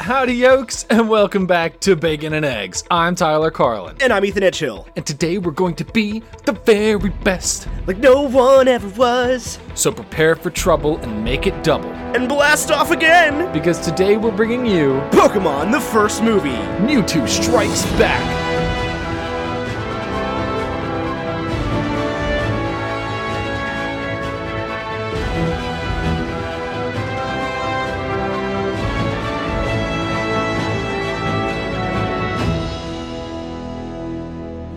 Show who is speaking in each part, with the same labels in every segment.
Speaker 1: Howdy, yokes, and welcome back to Bacon and Eggs. I'm Tyler Carlin,
Speaker 2: And I'm Ethan Edgehill.
Speaker 1: and today we're going to be the very best.
Speaker 2: Like no one ever was.
Speaker 1: So prepare for trouble and make it double,
Speaker 2: And blast off again!
Speaker 1: because today we're bringing you
Speaker 2: Pokemon, the first movie.
Speaker 1: Mewtwo Strikes Back.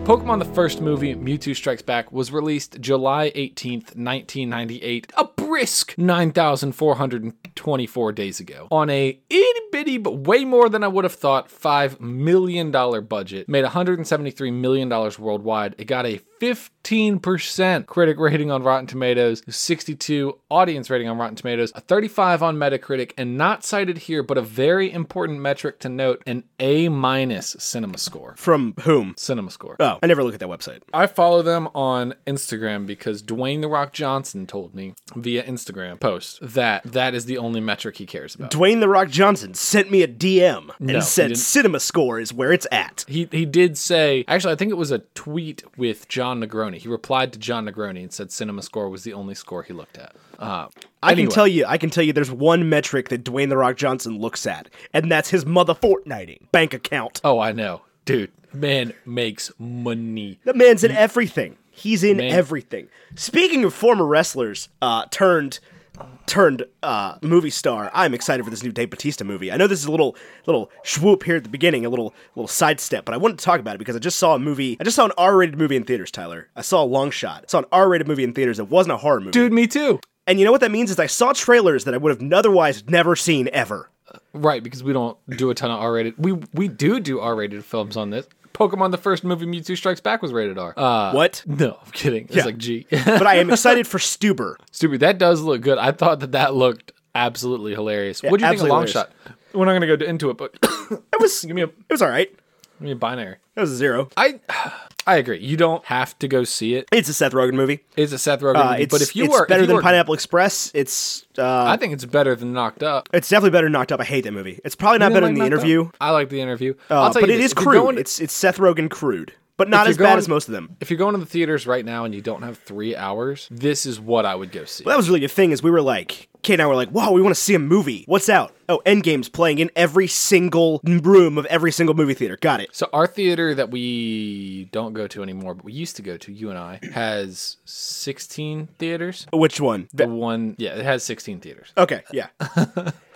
Speaker 1: Pokemon the first movie, Mewtwo Strikes Back, was released July 18th, 1998, a brisk 9,424 days ago, on a itty bitty, but way more than I would have thought, $5 million budget. Made $173 million worldwide. It got a 15% critic rating on Rotten Tomatoes, 62 audience rating on Rotten Tomatoes, a 35 on Metacritic, and not cited here, but a very important metric to note, an A minus cinema score.
Speaker 2: From whom?
Speaker 1: Cinema score.
Speaker 2: Oh, I never look at that website.
Speaker 1: I follow them on Instagram because Dwayne the Rock Johnson told me via Instagram post that that is the only metric he cares about.
Speaker 2: Dwayne The Rock Johnson sent me a DM and
Speaker 1: No, he
Speaker 2: said
Speaker 1: didn't.
Speaker 2: Cinema Score is where it's at.
Speaker 1: He he did say actually I think it was a tweet with John Negroni. He replied to John Negroni and said Cinema Score was the only score he looked at. Uh,
Speaker 2: I
Speaker 1: anyway,
Speaker 2: can tell you, I can tell you there's one metric that Dwayne The Rock Johnson looks at, and that's his mother fortnighting bank account.
Speaker 1: Oh, I know, dude. Man makes money.
Speaker 2: That man's in everything. He's in
Speaker 1: Mm. Man.
Speaker 2: everything. Speaking of former wrestlers, uh, turned turned uh, movie star, I'm excited for this new Dave Batista movie. I know this is a little little swoop here at the beginning, a little little sidestep, but I wanted to talk about it because I just saw a movie. I just saw an R-rated movie in theaters, Tyler. I saw a long shot. I saw an R-rated movie in theaters. It wasn't a horror movie.
Speaker 1: Dude, me too.
Speaker 2: And you know what that means is I saw trailers that I would have otherwise never seen ever.
Speaker 1: Right, because we don't do a ton of R-rated. We we do do R-rated films on this. Pokemon the first movie Mewtwo Strikes Back was rated R. Uh,
Speaker 2: what?
Speaker 1: no, I'm kidding. It's like G.
Speaker 2: but I am excited for Stuber.
Speaker 1: Stupid. That does look good. I thought that that looked absolutely hilarious. what do you think of
Speaker 2: absolutely
Speaker 1: long shot?
Speaker 2: hilarious.
Speaker 1: We're not gonna go into it, but give
Speaker 2: It was it
Speaker 1: me a give
Speaker 2: was all right.
Speaker 1: me a binary.
Speaker 2: That was a zero.
Speaker 1: I I agree. You don't have to go see it.
Speaker 2: It's a Seth Rogen movie.
Speaker 1: It's a Seth Rogen
Speaker 2: Uh,
Speaker 1: movie,
Speaker 2: it's,
Speaker 1: but if you
Speaker 2: it's
Speaker 1: are
Speaker 2: better
Speaker 1: if you
Speaker 2: than
Speaker 1: are-
Speaker 2: Pineapple Express, it's uh,
Speaker 1: I think it's better than Knocked Up.
Speaker 2: it's definitely better than Knocked Up. I hate that movie. It's probably not better than the
Speaker 1: Knocked Up.
Speaker 2: interview,
Speaker 1: I like the interview.
Speaker 2: uh,
Speaker 1: I'll tell
Speaker 2: but
Speaker 1: you
Speaker 2: it
Speaker 1: this,
Speaker 2: is
Speaker 1: if you're
Speaker 2: crude.
Speaker 1: going-
Speaker 2: it's it's Seth Rogen crude, but not
Speaker 1: you're
Speaker 2: as bad
Speaker 1: going-
Speaker 2: as most of them.
Speaker 1: if you're going to the theaters right now and you don't have three hours, this is what I would go see.
Speaker 2: But that was really the thing is we were like, Kate and I were like, wow, we want to see a movie. What's out? Oh, Endgame's playing in every single room of every single movie theater. Got it.
Speaker 1: So our theater that we don't go to anymore, but we used to go to, you and I, has 16 theaters.
Speaker 2: Which one?
Speaker 1: The one, yeah, it has 16 theaters.
Speaker 2: okay, yeah,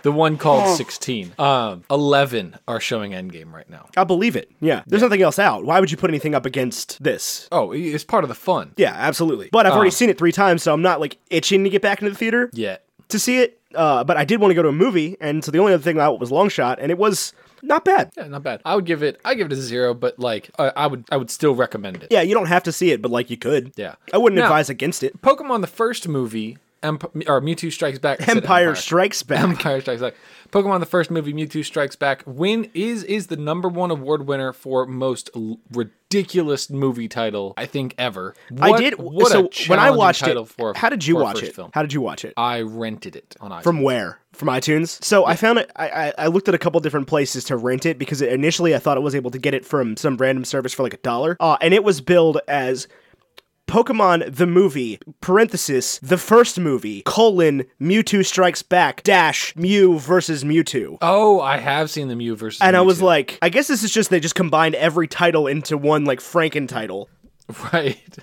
Speaker 1: The one called 16. Um, 11 are showing Endgame right now.
Speaker 2: I believe it. Yeah, there's nothing else out. Why would you put anything up against this?
Speaker 1: Oh, i- it's part of the fun.
Speaker 2: Yeah, absolutely. But I've
Speaker 1: Uh.
Speaker 2: already seen it three times, so I'm not like itching to get back into the theater.
Speaker 1: Yeah.
Speaker 2: to see it, uh, but I did want to go to a movie, and so the only other thing out was Long Shot, and it was not bad.
Speaker 1: Yeah, not bad. I would give it. I give it a zero, but like I, I would, I would still recommend it.
Speaker 2: Yeah, you don't have to see it, but like you could.
Speaker 1: Yeah.
Speaker 2: I wouldn't
Speaker 1: Now-
Speaker 2: advise against it.
Speaker 1: Pokemon the first movie, Emp- or Mewtwo Strikes Back. I said
Speaker 2: Empire Strikes Back.
Speaker 1: Empire Strikes Back. Pokemon the first movie, Mewtwo Strikes Back, win is is the number one award winner for most l- ridiculous movie title I think ever.
Speaker 2: I
Speaker 1: What-
Speaker 2: did.
Speaker 1: What a
Speaker 2: so when I
Speaker 1: challenging
Speaker 2: watched
Speaker 1: title
Speaker 2: it,
Speaker 1: for a-
Speaker 2: how did you
Speaker 1: for a
Speaker 2: watch
Speaker 1: first
Speaker 2: it?
Speaker 1: Film.
Speaker 2: How did you watch it?
Speaker 1: I rented it on iTunes.
Speaker 2: From where? From iTunes. So I found it. I, I I looked at a couple different places to rent it because it, initially I thought I was able to get it from some random service for like a dollar, uh, and it was billed as Pokemon the movie parenthesis the first movie colon Mewtwo Strikes Back dash Mew versus Mewtwo.
Speaker 1: oh, I have seen the Mew versus.
Speaker 2: And I was
Speaker 1: Mewtwo.
Speaker 2: like, I guess this is just they just combined every title into one like Franken title
Speaker 1: right.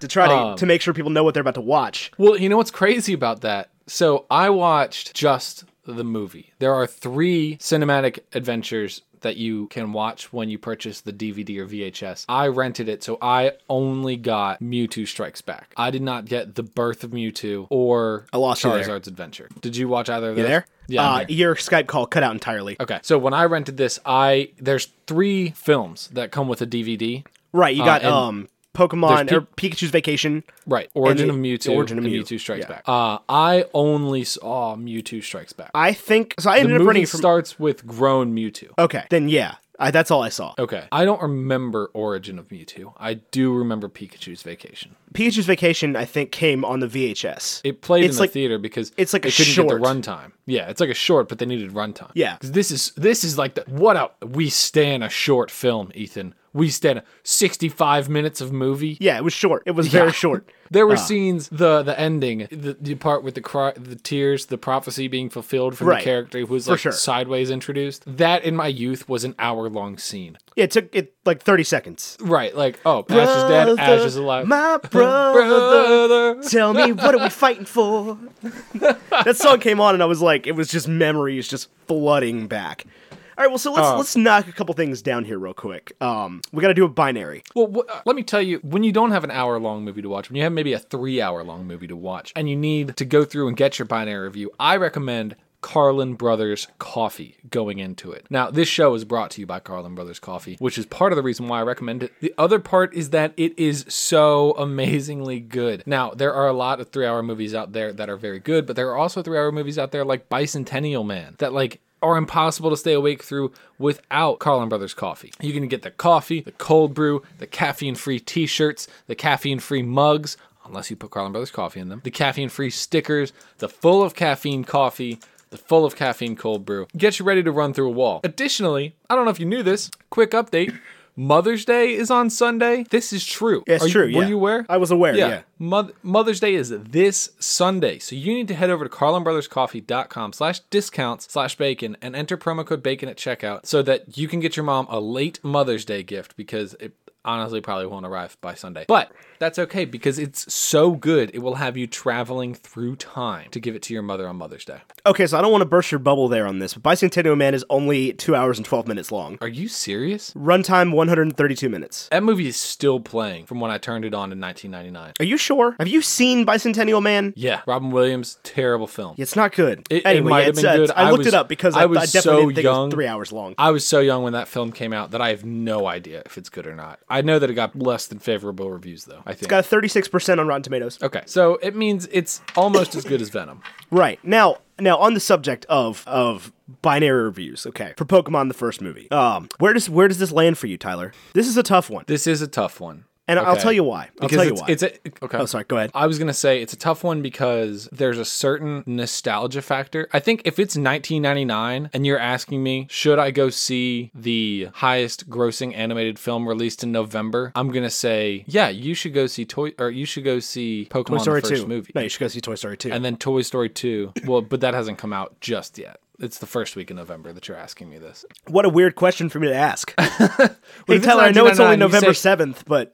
Speaker 2: to try to,
Speaker 1: Um.
Speaker 2: to make sure people know what they're about to watch.
Speaker 1: Well, you know what's crazy about that? So I watched just the movie. There are three cinematic adventures that you can watch when you purchase the DVD or VHS. I rented it, so I only got Mewtwo Strikes Back. I did not get The Birth of Mewtwo or I
Speaker 2: lost you there.
Speaker 1: Charizard's Adventure. Did you watch either of those?
Speaker 2: There?
Speaker 1: Yeah. I'm
Speaker 2: Uh,
Speaker 1: here.
Speaker 2: your Skype call cut out entirely.
Speaker 1: Okay. So when I rented this, I there's three films that come with a DVD.
Speaker 2: Right, you got
Speaker 1: Uh, and
Speaker 2: um Pokemon
Speaker 1: there's
Speaker 2: or Pikachu's Vacation.
Speaker 1: Right. Origin
Speaker 2: the-
Speaker 1: of Mewtwo.
Speaker 2: the Origin of
Speaker 1: and
Speaker 2: Mew.
Speaker 1: Mewtwo Strikes
Speaker 2: Yeah.
Speaker 1: Back. Uh, I only saw Mewtwo Strikes Back.
Speaker 2: I think so. I ended
Speaker 1: the
Speaker 2: up
Speaker 1: movie
Speaker 2: running from.
Speaker 1: starts with grown Mewtwo.
Speaker 2: okay, then yeah, I,
Speaker 1: Oh.
Speaker 2: that's all I saw.
Speaker 1: Okay. I don't remember Origin of Mewtwo. I do remember Pikachu's Vacation.
Speaker 2: Pikachu's Vacation, I think, came on the VHS.
Speaker 1: It played
Speaker 2: It's
Speaker 1: in the
Speaker 2: like-
Speaker 1: theater because
Speaker 2: it's like a
Speaker 1: they couldn't
Speaker 2: short.
Speaker 1: get the runtime. Yeah, it's like a short, but they needed runtime.
Speaker 2: Yeah.
Speaker 1: 'Cause this is this is like the what a we stand a short film, Ethan. We stand a sixty-five minutes of movie.
Speaker 2: yeah, it was short. It was very short.
Speaker 1: There were scenes the the ending, the, the part with the cry, the tears, the prophecy being fulfilled from
Speaker 2: Right.
Speaker 1: the character who was like
Speaker 2: sure.
Speaker 1: sideways introduced. That in my youth was an hour long scene.
Speaker 2: Yeah, it took it like thirty seconds.
Speaker 1: Right, like oh, Ash is dead, Ash
Speaker 2: Brother,
Speaker 1: is alive.
Speaker 2: My brother, tell me what are we fighting for? that song came on, and I was like, it was just memories just flooding back. All right, well, so let's
Speaker 1: Uh.
Speaker 2: let's knock a couple things down here real quick. Um, we got to do a binary.
Speaker 1: Well, wh- uh, let me tell you, when you don't have an hour long movie to watch, when you have maybe a three hour long movie to watch, and you need to go through and get your binary review, I recommend Carlin Brothers Coffee going into it. Now, this show is brought to you by Carlin Brothers Coffee, which is part of the reason why I recommend it. The other part is that it is so amazingly good. Now, there are a lot of three hour movies out there that are very good, but there are also three hour movies out there like Bicentennial Man that, like, are impossible to stay awake through without Carlin Brothers coffee. You can get the coffee, the cold brew, the caffeine free t shirts, the caffeine free mugs, unless you put Carlin Brothers coffee in them, the caffeine free stickers, the full of caffeine coffee, the full of caffeine cold brew. Get you ready to run through a wall. Additionally, I don't know if you knew this, quick update Mother's Day is on Sunday. This is true.
Speaker 2: It's
Speaker 1: Are you-
Speaker 2: true.
Speaker 1: Were
Speaker 2: yeah.
Speaker 1: you aware?
Speaker 2: I was aware. yeah.
Speaker 1: Moth- Mother's Day is this Sunday, so you need to head over to carlinbrotherscoffee.com slash discounts slash bacon and enter promo code bacon at checkout so that you can get your mom a late Mother's Day gift because it honestly probably won't arrive by Sunday. But that's okay because it's so good, it will have you traveling through time to give it to your mother on Mother's Day.
Speaker 2: Okay, so I don't want to burst your bubble there on this, but Bicentennial Man is only two hours and twelve minutes long.
Speaker 1: Are you serious?
Speaker 2: Runtime one hundred and thirty-two minutes.
Speaker 1: That movie is still playing from when I turned it on in 1999.
Speaker 2: Are you sure? Have you seen Bicentennial Man?
Speaker 1: Yeah, Robin Williams, terrible film.
Speaker 2: It's not good.
Speaker 1: It- it
Speaker 2: anyway,
Speaker 1: might have
Speaker 2: it's,
Speaker 1: been
Speaker 2: uh,
Speaker 1: good.
Speaker 2: I,
Speaker 1: I
Speaker 2: looked
Speaker 1: was-
Speaker 2: it up because I,
Speaker 1: I
Speaker 2: I
Speaker 1: was
Speaker 2: definitely
Speaker 1: so
Speaker 2: didn't think it
Speaker 1: young.
Speaker 2: was three hours long.
Speaker 1: I was so young when that film came out that I have no idea if it's good or not. I know that it got less than favorable reviews, though. I think.
Speaker 2: Got thirty-six percent on Rotten Tomatoes.
Speaker 1: okay, so it means it's almost as good as Venom.
Speaker 2: Right now, now on the subject of of binary reviews. Okay, for Pokemon the first movie, um, where does where does this land for you, Tyler? This is a tough one,
Speaker 1: This is a tough one,
Speaker 2: and I'll
Speaker 1: Okay.
Speaker 2: tell you why. I'll
Speaker 1: Because
Speaker 2: tell you
Speaker 1: it's,
Speaker 2: why.
Speaker 1: It's a, okay.
Speaker 2: oh, sorry. Go ahead.
Speaker 1: I was gonna say it's a tough one because there's a certain nostalgia factor. I think if it's 1999 and you're asking me, should I go see the highest grossing animated film released in November? I'm gonna say, yeah, you should go see Toy or you should go see Pokemon
Speaker 2: Toy Story
Speaker 1: the first
Speaker 2: two.
Speaker 1: movie.
Speaker 2: No, you should go see Toy Story two.
Speaker 1: and then Toy Story 2. Well, but that hasn't come out just yet. It's the first week in November that you're asking me this.
Speaker 2: What a weird question for me to ask. hey,
Speaker 1: it's
Speaker 2: Tyler, I know it's only
Speaker 1: 1999, you
Speaker 2: November
Speaker 1: say-
Speaker 2: 7th, but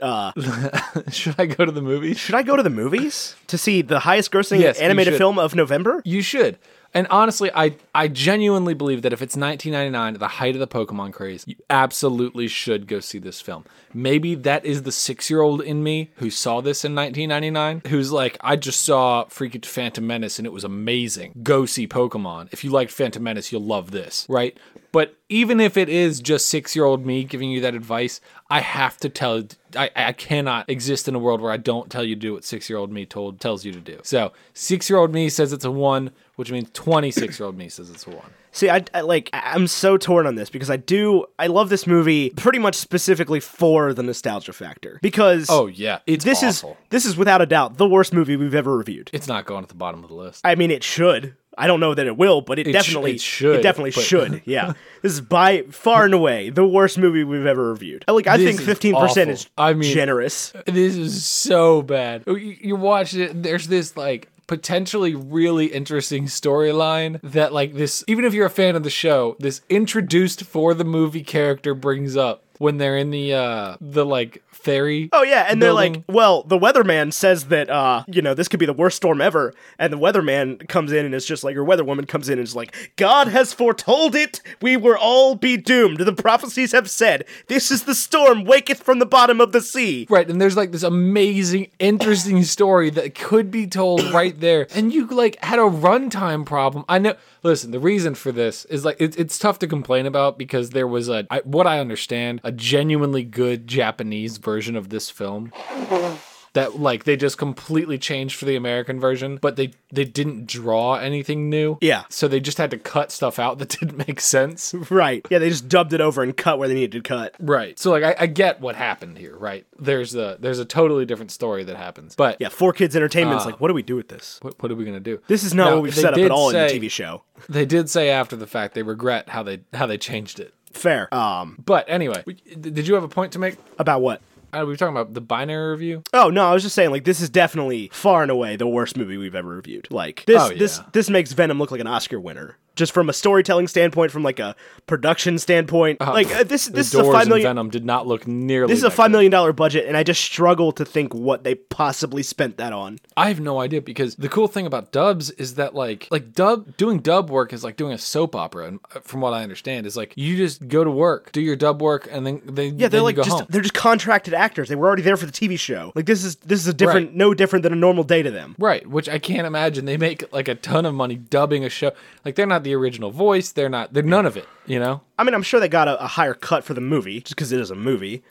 Speaker 2: uh,
Speaker 1: Should I go to the movie?
Speaker 2: should I go to the movies to see the highest grossing
Speaker 1: Yes, you
Speaker 2: animated
Speaker 1: should.
Speaker 2: film of November?
Speaker 1: You should. And honestly, I I genuinely believe that if it's 1999, at the height of the Pokemon craze, you absolutely should go see this film. Maybe that is the six year old in me who saw this in 1999, who's like, I just saw freaking Phantom Menace and it was amazing. Go see Pokemon. If you liked Phantom Menace, you'll love this, right? But even if it is just six year old me giving you that advice, I have to tell. I, I cannot exist in a world where I don't tell you to do what six year old me told tells you to do. So six year old me says it's a one, which means twenty six year old me says it's a one.
Speaker 2: See, I, I like I- I'm so torn on this because I do I love this movie pretty much specifically for the nostalgia factor because
Speaker 1: Oh yeah, it's
Speaker 2: this
Speaker 1: awful.
Speaker 2: is this is without a doubt the worst movie we've ever reviewed.
Speaker 1: it's not going at the bottom of the list.
Speaker 2: I mean, it should. I don't know that it will, but it,
Speaker 1: sh-
Speaker 2: definitely
Speaker 1: it should,
Speaker 2: It definitely
Speaker 1: but-
Speaker 2: should. Yeah, this is by far and away the worst movie we've ever reviewed. Like I
Speaker 1: This
Speaker 2: think
Speaker 1: is
Speaker 2: 15 percent is
Speaker 1: awful. I mean-
Speaker 2: generous.
Speaker 1: This is so bad. Oh, You, you watch it, there's this like potentially really interesting storyline that like this even if you're a fan of the show, this introduced for the movie character brings up when they're in the uh the like ferry.
Speaker 2: Oh yeah, and they're like,
Speaker 1: building.
Speaker 2: well, the weatherman says that uh, you know, this could be the worst storm ever, and the weatherman comes in and it's just like your weatherwoman comes in and is like, God has foretold it, we were all be doomed. The prophecies have said, This is the storm waketh from the bottom of the sea.
Speaker 1: Right, and there's like this amazing, interesting story that could be told right there, and you like had a runtime problem. I know. Listen, the reason for this is like it's it's tough to complain about because there was a I, what I understand a genuinely good Japanese version of this film that like they just completely changed for the American version, but they they didn't draw anything new.
Speaker 2: Yeah.
Speaker 1: So they just had to cut stuff out that didn't make sense.
Speaker 2: Right. Yeah, they just dubbed it over and cut where they needed to cut.
Speaker 1: Right. So like I, I get what happened here, right? There's a there's a totally different story that happens. But
Speaker 2: Yeah, Four Kids Entertainment's like, what do we do with this?
Speaker 1: what, what are we gonna do?
Speaker 2: This is not
Speaker 1: Now,
Speaker 2: what we've
Speaker 1: Uh. they
Speaker 2: set up
Speaker 1: did
Speaker 2: at all in
Speaker 1: say-
Speaker 2: the TV show.
Speaker 1: They did say after the fact they regret how they how they changed it.
Speaker 2: Fair. Um,
Speaker 1: But anyway, we- did you have a point to make?
Speaker 2: about what?
Speaker 1: Uh, we were talking about the binary review.
Speaker 2: Oh no, I was just saying like this is definitely far and away the worst movie we've ever reviewed. Like this
Speaker 1: Oh, yeah.
Speaker 2: this this makes Venom look like an Oscar winner. Just from a storytelling standpoint, from like a production standpoint, like uh, this this is
Speaker 1: Uh-huh. Doors
Speaker 2: a five
Speaker 1: and
Speaker 2: million
Speaker 1: Venom did not look nearly.
Speaker 2: this is a
Speaker 1: that
Speaker 2: five million dollar budget, and I just struggle to think what they possibly spent that on.
Speaker 1: I have no idea because the cool thing about dubs is that like like dub doing dub work is like doing a soap opera and uh, from what I understand is like you just go to work, do your dub work and then they
Speaker 2: Yeah, they're like
Speaker 1: go
Speaker 2: just
Speaker 1: home.
Speaker 2: they're just contracted actors. They were already there for the TV show. Like this is this is a different no different than a normal day to them.
Speaker 1: Right, which I can't imagine they make like a ton of money dubbing a show. Like they're not the original voice, they're not they're none of it, you know?
Speaker 2: I mean, I'm sure they got a, a higher cut for the movie just because it is a movie.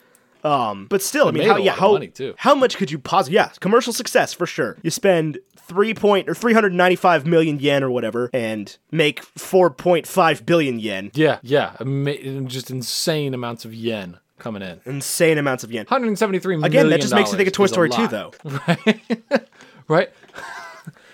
Speaker 2: Um, but still, I mean,
Speaker 1: made
Speaker 2: how
Speaker 1: a
Speaker 2: yeah,
Speaker 1: lot of
Speaker 2: how
Speaker 1: money, too.
Speaker 2: how much could you possibly? Yeah, commercial success for sure. You spend three point or 395 million yen or whatever, and make 4.5 billion yen.
Speaker 1: Yeah, yeah, ama- just insane amounts of yen coming in.
Speaker 2: Insane amounts of yen.
Speaker 1: 173 million.
Speaker 2: Again, that just makes you think of Toy
Speaker 1: dollars
Speaker 2: Story
Speaker 1: is a
Speaker 2: 2,
Speaker 1: lot,
Speaker 2: though.
Speaker 1: Right?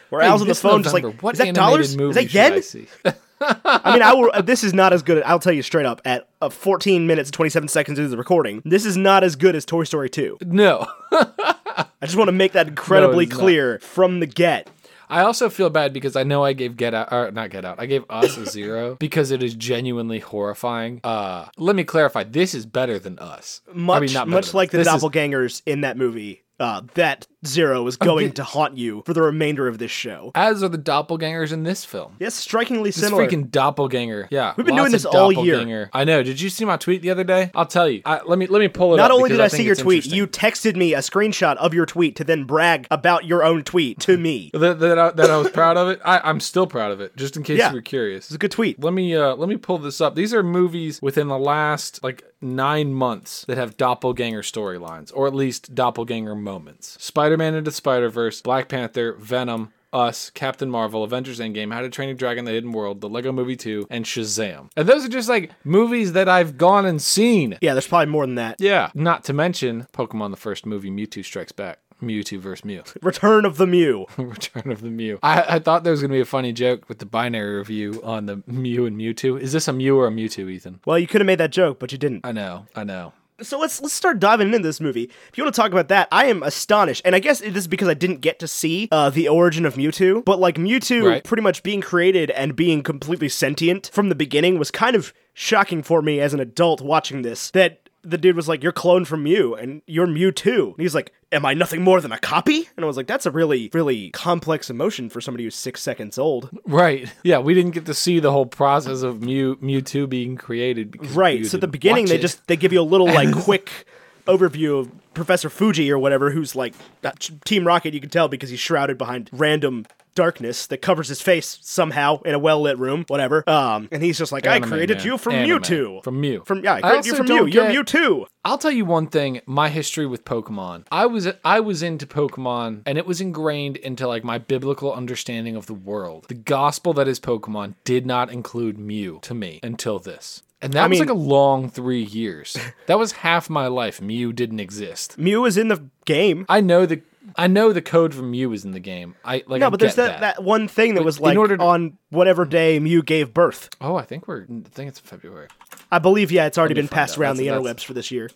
Speaker 2: Where Al's on the
Speaker 1: This
Speaker 2: phone, just like,
Speaker 1: November, what
Speaker 2: is that
Speaker 1: animated
Speaker 2: dollars? Is
Speaker 1: movie
Speaker 2: that
Speaker 1: should I
Speaker 2: yen?
Speaker 1: see?
Speaker 2: I mean, I will. uh, This is not as good. I'll tell you straight up. At uh, 14 minutes and 27 seconds into the recording, this is not as good as Toy Story 2.
Speaker 1: No.
Speaker 2: I just want to make that incredibly
Speaker 1: not.
Speaker 2: clear from the get.
Speaker 1: I also feel bad because I know I gave Get Out, or not Get Out, I gave Us a zero because it is genuinely horrifying. Uh, let me clarify, this is better than Us. I mean,
Speaker 2: much
Speaker 1: not better
Speaker 2: much
Speaker 1: than
Speaker 2: like the
Speaker 1: Us. This is-
Speaker 2: doppelgangers in that movie. Uh, that zero is going to haunt you for the remainder of this show.
Speaker 1: as are the doppelgangers in this film.
Speaker 2: Yes, strikingly
Speaker 1: This
Speaker 2: similar.
Speaker 1: freaking doppelganger. Yeah, we've
Speaker 2: been doing this all year.
Speaker 1: I know. Did you see my tweet the other day? I'll tell you. I, let me let me pull it up.
Speaker 2: Not only
Speaker 1: because
Speaker 2: did I,
Speaker 1: think
Speaker 2: see your
Speaker 1: it's
Speaker 2: tweet,
Speaker 1: interesting.
Speaker 2: you texted me a screenshot of your tweet to then brag about your own tweet to me. It
Speaker 1: that, that, I, that I was proud of it. I, I'm still proud of it. Just in case
Speaker 2: Yeah.
Speaker 1: you were curious.
Speaker 2: was a good tweet.
Speaker 1: Let me uh let me pull this up. These are movies within the last like 9 months that have doppelganger storylines or at least doppelganger moments. Spider-Man into Spider-Verse, Black Panther, Venom, us, Captain Marvel, Avengers Endgame, How to Train Your Dragon, The Hidden World, The Lego Movie 2, and Shazam. And those are just like movies that I've gone and seen.
Speaker 2: Yeah, there's probably more than that.
Speaker 1: Yeah. Not to mention Pokemon the first movie, Mewtwo Strikes Back, Mewtwo vs. Mew.
Speaker 2: Return of the Mew.
Speaker 1: Return of the Mew. I, I thought there was gonna be a funny joke with the binary review on the Mew and Mewtwo. Is this a Mew or a Mewtwo, Ethan?
Speaker 2: Well, you could have made that joke, but you didn't.
Speaker 1: I know, I know.
Speaker 2: So let's let's start diving into this movie. If you want to talk about that, I am astonished, and I guess this is because I didn't get to see uh, the origin of Mewtwo. But like Mewtwo,
Speaker 1: Right.
Speaker 2: pretty much being created and being completely sentient from the beginning was kind of shocking for me as an adult watching this. That the dude was like, "You're cloned from Mew, and you're Mewtwo," and he's like, "Am I nothing more than a copy?" And I was like, "That's a really really complex emotion for somebody who's six seconds old."
Speaker 1: Right. Yeah, we didn't get to see the whole process of Mew Mewtwo being created because
Speaker 2: Right.
Speaker 1: Mew
Speaker 2: So at the
Speaker 1: didn't
Speaker 2: beginning,
Speaker 1: watch
Speaker 2: they
Speaker 1: it.
Speaker 2: just they give you a little like quick overview of Professor Fuji or whatever, who's like uh, Team Rocket. You can tell because he's shrouded behind random darkness that covers his face somehow in a well lit room, whatever. Um, and he's just like, I
Speaker 1: Anime,
Speaker 2: created
Speaker 1: man.
Speaker 2: you from
Speaker 1: Anime.
Speaker 2: Mewtwo.
Speaker 1: From Mew.
Speaker 2: From yeah, I
Speaker 1: I
Speaker 2: created you
Speaker 1: also
Speaker 2: from Mew.
Speaker 1: don't
Speaker 2: You're
Speaker 1: get-
Speaker 2: Mewtwo.
Speaker 1: I'll tell you one thing, my history with Pokemon. I was I was into Pokemon and it was ingrained into like my biblical understanding of the world. The gospel that is Pokemon did not include Mew to me until this. And that was
Speaker 2: mean-
Speaker 1: like a long 3 years. that was half my life Mew didn't exist.
Speaker 2: Mew is in the game.
Speaker 1: I know the I know the code for Mew is in the game. I like I
Speaker 2: No, but there's
Speaker 1: get
Speaker 2: that, that one thing that was like
Speaker 1: order to- Mm.
Speaker 2: on whatever day Mew gave birth.
Speaker 1: Oh, I think we're. I think it's February.
Speaker 2: I believe, yeah, it's already been
Speaker 1: find
Speaker 2: passed
Speaker 1: out.
Speaker 2: around the
Speaker 1: That's-
Speaker 2: interwebs
Speaker 1: that's-
Speaker 2: for this year.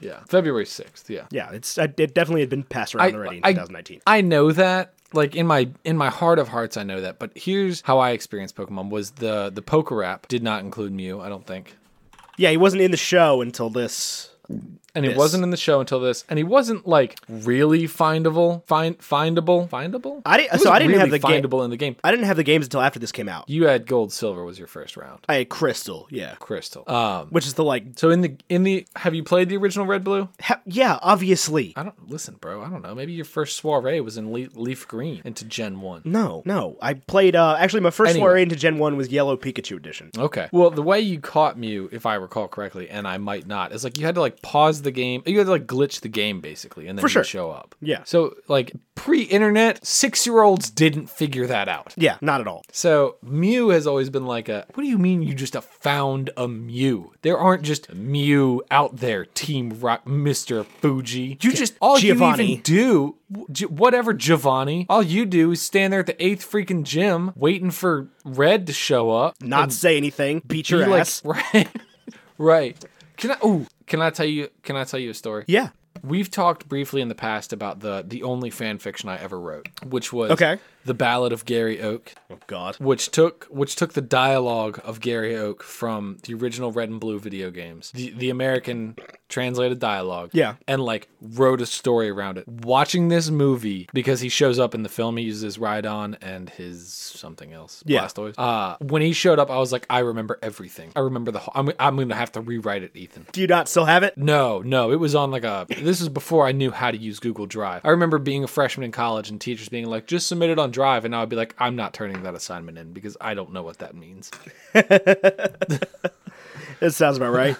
Speaker 1: Yeah, February sixth. Yeah.
Speaker 2: Yeah, it's it definitely had been passed around already in 2019.
Speaker 1: I know that. Like in my in my heart of hearts, I know that. But here's how I experienced Pokemon: was the the Poker app did not include Mew. I don't think,
Speaker 2: Yeah, he wasn't in the show until this.
Speaker 1: and he wasn't in the show until this, and he wasn't like really findable, find findable, findable.
Speaker 2: I didn't-
Speaker 1: He
Speaker 2: so
Speaker 1: wasn't
Speaker 2: I didn't have
Speaker 1: really
Speaker 2: the ga-
Speaker 1: findable in the game.
Speaker 2: I didn't have the games until after this came out.
Speaker 1: You had gold, silver was your first round.
Speaker 2: I had Crystal, yeah,
Speaker 1: Crystal. Um.
Speaker 2: which is the like,
Speaker 1: So in the in the have you played the original Red Blue?
Speaker 2: ha- yeah, obviously.
Speaker 1: I don't listen, bro. I don't know. Maybe your first soiree was in Le- Leaf Green into Gen One.
Speaker 2: No, no, I played. uh Actually, my first
Speaker 1: Anyway.
Speaker 2: soiree into Gen One was Yellow Pikachu Edition.
Speaker 1: Okay. Well, the way you caught Mew, if I recall correctly, and I might not, is like you had to like pause the game. You had to like glitch the game basically, and then
Speaker 2: For
Speaker 1: you'd
Speaker 2: sure.
Speaker 1: show up.
Speaker 2: Yeah.
Speaker 1: So like pre-internet, six-year-olds didn't figure that out.
Speaker 2: Yeah, not at all.
Speaker 1: So Mew has always been like a. What do you mean you just have found a Mew? There aren't just Mew out there, Team Rock, Mister Fuji. You just all you
Speaker 2: Giovanni.
Speaker 1: even do, w- Gi- whatever Giovanni. All you do is stand there at the eighth freaking gym, waiting for Red to show up.
Speaker 2: Not say anything. Beat your
Speaker 1: You, like,
Speaker 2: ass.
Speaker 1: right, right. Can I? Oh, can I tell you? Can I tell you a story?
Speaker 2: yeah.
Speaker 1: We've talked briefly in the past about the the only fan fiction I ever wrote, which was
Speaker 2: Okay.
Speaker 1: the Ballad of Gary Oak
Speaker 2: Oh God.
Speaker 1: which took which took the dialogue of Gary Oak from the original Red and Blue video games, the the American translated dialogue,
Speaker 2: Yeah.
Speaker 1: and like wrote a story around it. Watching this movie because he shows up in the film, he uses his Rhydon and his something else,
Speaker 2: Yeah.
Speaker 1: Blastoise. Uh, when he showed up, I was like, I remember everything. I remember the whole. I'm I'm gonna have to rewrite it, Ethan.
Speaker 2: Do you not still have it?
Speaker 1: No, no, it was on like a. This is before I knew how to use Google Drive. I remember being a freshman in college and teachers being like, "Just submit it on Drive," and I would be like, "I'm not turning that assignment in because I don't know what that means."
Speaker 2: It sounds about right.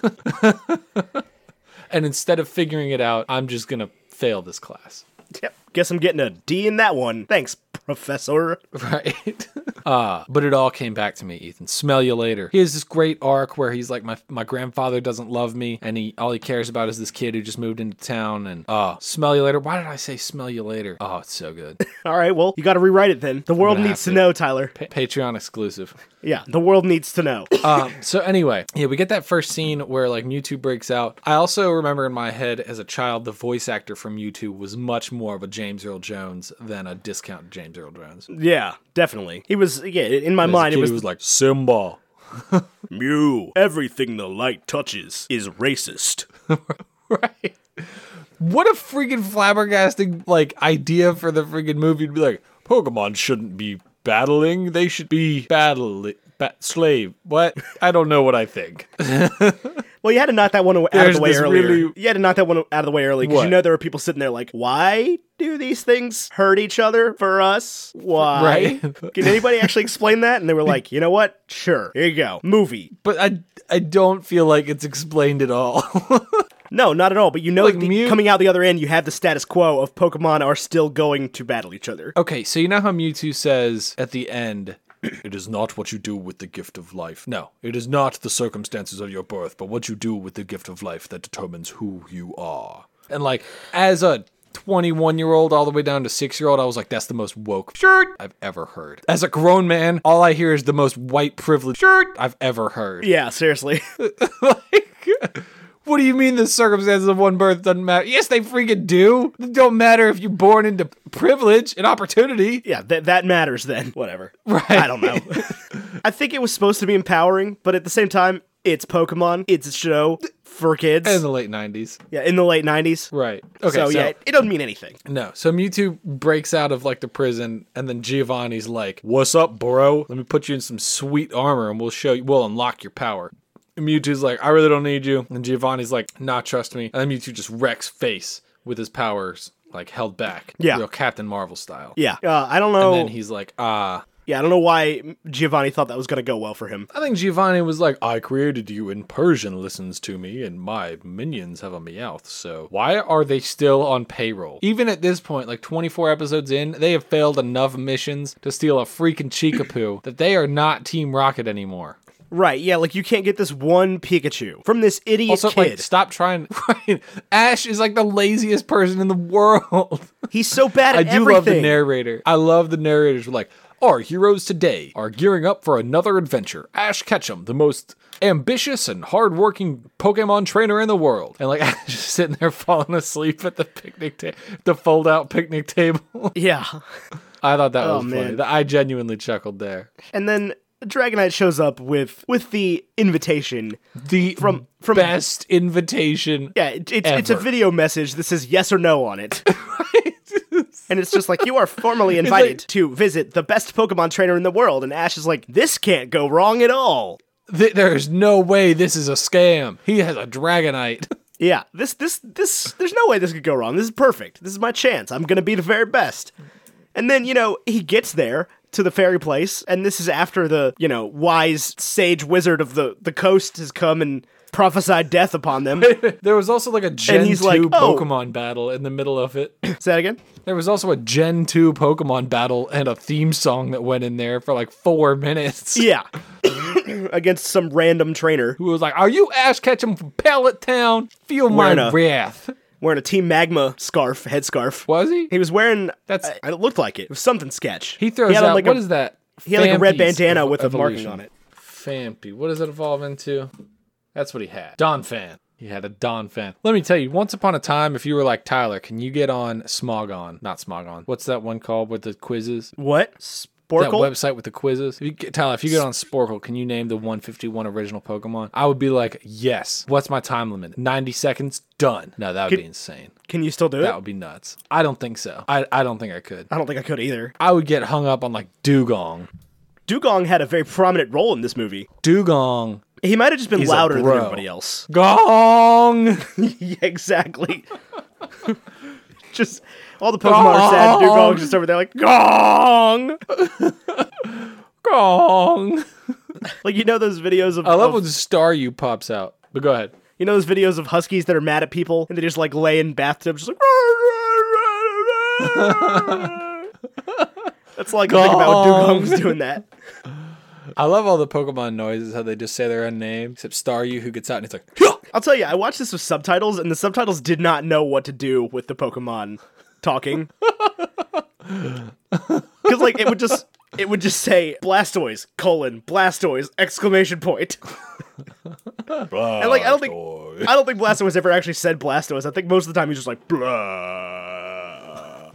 Speaker 1: And instead of figuring it out, I'm just gonna fail this class.
Speaker 2: yep. Guess I'm getting a D in that one. Thanks, Professor.
Speaker 1: Right. uh, but it all came back to me, Ethan. Smell you later. He has this great arc where he's like, my my grandfather doesn't love me, and he all he cares about is this kid who just moved into town. And uh, smell you later. Why did I say smell you later? Oh, it's so good.
Speaker 2: All right. Well, you got to rewrite it then. The world
Speaker 1: gonna
Speaker 2: needs
Speaker 1: have
Speaker 2: to
Speaker 1: to.
Speaker 2: know, Tyler.
Speaker 1: Pa- Patreon exclusive.
Speaker 2: Yeah. The world needs to know.
Speaker 1: um, so anyway, yeah, we get that first scene where like Mewtwo breaks out. I also remember in my head as a child, the voice actor from Mewtwo was much more of a James Earl Jones than a discount James Earl Jones.
Speaker 2: yeah. Definitely. He was. Yeah. In my mind, it was
Speaker 1: like Simba,
Speaker 2: Mew. Everything the light touches is racist.
Speaker 1: right? What a freaking flabbergasting like idea for the freaking movie to be like Pokemon shouldn't be battling; they should be battle ba- slave. What? I don't know what I think.
Speaker 2: Well, you had to knock that one out of
Speaker 1: There's
Speaker 2: the way
Speaker 1: this
Speaker 2: earlier.
Speaker 1: really-
Speaker 2: You had to knock that one out of the way early because
Speaker 1: What?
Speaker 2: you know there were people sitting there like, "Why do these things hurt each other for us? Why?
Speaker 1: Right.
Speaker 2: Can anybody actually explain that?" And they were like, "You know what? Sure. Here you go. Movie.
Speaker 1: But I I don't feel like it's explained at all.
Speaker 2: No, not at all. But you know,
Speaker 1: Like
Speaker 2: the-
Speaker 1: Mew-
Speaker 2: coming out the other end, you have the status quo of Pokemon are still going to battle each other.
Speaker 1: Okay, so you know how Mewtwo says at the end, it is not what you do with the gift of life. No, it is not the circumstances of your birth, but what you do with the gift of life that determines who you are. And like, as a 21 year old all the way down to 6 year old, I was like, that's the most woke shirt I've ever heard. As a grown man, all I hear is the most white privileged shirt I've ever heard.
Speaker 2: Yeah, seriously.
Speaker 1: like, what do you mean the circumstances of one birth doesn't matter? Yes, they freaking do. It don't matter if you're born into privilege and opportunity.
Speaker 2: yeah, that that matters then. Whatever.
Speaker 1: Right.
Speaker 2: I don't know. I think it was supposed to be empowering, but at the same time, it's Pokemon. It's a show for kids.
Speaker 1: in the late 90s.
Speaker 2: yeah, in the late '90s.
Speaker 1: Right. Okay. So,
Speaker 2: so, yeah, it, it doesn't mean anything.
Speaker 1: no. So Mewtwo breaks out of like the prison, and then Giovanni's like, "What's up, bro? Let me put you in some sweet armor, and we'll show you. We'll unlock your power." And Mewtwo's like, "I really don't need you." And Giovanni's like, "Nah, trust me." And then Mewtwo just wrecks face with his powers like held back,
Speaker 2: Yeah.
Speaker 1: real Captain Marvel style.
Speaker 2: Yeah, uh, I don't
Speaker 1: And
Speaker 2: know.
Speaker 1: then he's like, "Ah."
Speaker 2: yeah, I don't know why Giovanni thought that was going to go well for him.
Speaker 1: I think Giovanni was like, I created you in Persian listens to me, and my minions have a meowth, so why are they still on payroll? Even at this point, like 24 episodes in, they have failed enough missions to steal a freaking Chikapoo that they are not Team Rocket anymore.
Speaker 2: Right? Yeah, like you can't get this one Pikachu from this idiot
Speaker 1: Also,
Speaker 2: kid.
Speaker 1: like, stop trying. Right. Ash is like the laziest person in the world.
Speaker 2: He's so bad
Speaker 1: I
Speaker 2: at
Speaker 1: do
Speaker 2: everything.
Speaker 1: love the narrator. I love the narrators. Were like, our heroes today are gearing up for another adventure. Ash Ketchum, the most ambitious and hardworking Pokemon trainer in the world, and like Ash just sitting there falling asleep at the picnic ta- the fold out picnic table.
Speaker 2: yeah,
Speaker 1: I thought that was
Speaker 2: Oh, man.
Speaker 1: funny. Th- I genuinely chuckled there.
Speaker 2: and then Dragonite shows up with with the invitation.
Speaker 1: The from,
Speaker 2: from-
Speaker 1: best invitation.
Speaker 2: Yeah, it, it's it's a
Speaker 1: Ever.
Speaker 2: video message that says yes or no on it. And it's just like you are formally
Speaker 1: like-
Speaker 2: invited to visit the best Pokemon trainer in the world, and Ash is like, "This can't go wrong at all."
Speaker 1: Th- there is no way this is a scam. He has a Dragonite.
Speaker 2: Yeah, this this this there's no way this could go wrong. This is perfect. This is my chance. I'm going to be the very best. And then, you know, he gets there, to the fairy place, and this is after the you know wise sage wizard of the the coast has come and prophesied death upon them.
Speaker 1: There was also like a Gen
Speaker 2: he's
Speaker 1: 2
Speaker 2: like, "Oh."
Speaker 1: Pokemon battle in the middle of it.
Speaker 2: Say that again.
Speaker 1: There was also a Gen 2 Pokemon battle and a theme song that went in there for like four minutes.
Speaker 2: Yeah, against some random trainer
Speaker 1: Who was like, Are you Ash Ketchum from Pallet Town? Feel my
Speaker 2: Wearing a-
Speaker 1: wrath.
Speaker 2: wearing a Team Magma scarf, headscarf.
Speaker 1: Was he?
Speaker 2: He was wearing
Speaker 1: That's-
Speaker 2: that's. I, it looked like it. It was something sketch.
Speaker 1: He throws
Speaker 2: had on,
Speaker 1: out,
Speaker 2: like
Speaker 1: What
Speaker 2: a,
Speaker 1: is that?
Speaker 2: He had like a red
Speaker 1: Fampi's
Speaker 2: bandana
Speaker 1: ev-
Speaker 2: with a marking
Speaker 1: evolution.
Speaker 2: on it.
Speaker 1: Fampy. What does it evolve into? That's what he had. Don Fan. He had a Don Fan. Let me tell you, once upon a time, if you were like Tyler, can you get on Smogon? Not Smogon. What's that one called with the quizzes?
Speaker 2: What?
Speaker 1: That
Speaker 2: Sporkle?
Speaker 1: website with the quizzes. If you get, Tyler, if you get on Sporkle, can you name the 151 original Pokemon? I would be like, yes. What's my time limit? 90 seconds. Done. No, that would be insane.
Speaker 2: Can you still do
Speaker 1: That
Speaker 2: it?
Speaker 1: would be nuts. I don't think so. I, I don't think I could.
Speaker 2: I don't think I could either.
Speaker 1: I would get hung up on like dugong.
Speaker 2: Dugong had a very prominent role in this movie.
Speaker 1: Dugong.
Speaker 2: He might have just been
Speaker 1: a
Speaker 2: louder than
Speaker 1: bro.
Speaker 2: everybody else.
Speaker 1: Gong.
Speaker 2: yeah, exactly. just all
Speaker 1: Oh,
Speaker 2: the Pokemon are sad.
Speaker 1: Gong.
Speaker 2: Dugong's just over there like Gong.
Speaker 1: Gong.
Speaker 2: Like you know those videos of,
Speaker 1: I love
Speaker 2: of-
Speaker 1: when Staryu pops out. But go ahead.
Speaker 2: you know those videos of huskies that are mad at people and they just like lay in bathtubs just like. That's like I think about when Dugong was doing that.
Speaker 1: I love all the Pokemon noises, how they just say their own name, except Staryu who gets out and it's like, "Hyah!"
Speaker 2: I'll tell you, I watched this with subtitles, and the subtitles did not know what to do with the Pokemon talking. Because like it would just it would just say Blastoise colon Blastoise exclamation point. and like I don't think I don't think Blastoise ever actually said Blastoise. I think most of the time he's just like blah.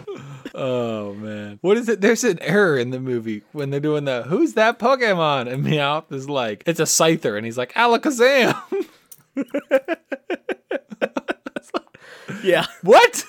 Speaker 1: oh man. What is it? There's an error in the movie when they're doing the who's that Pokemon? And Meowth is like, it's a Scyther. And he's like, Alakazam.
Speaker 2: Yeah.
Speaker 1: what?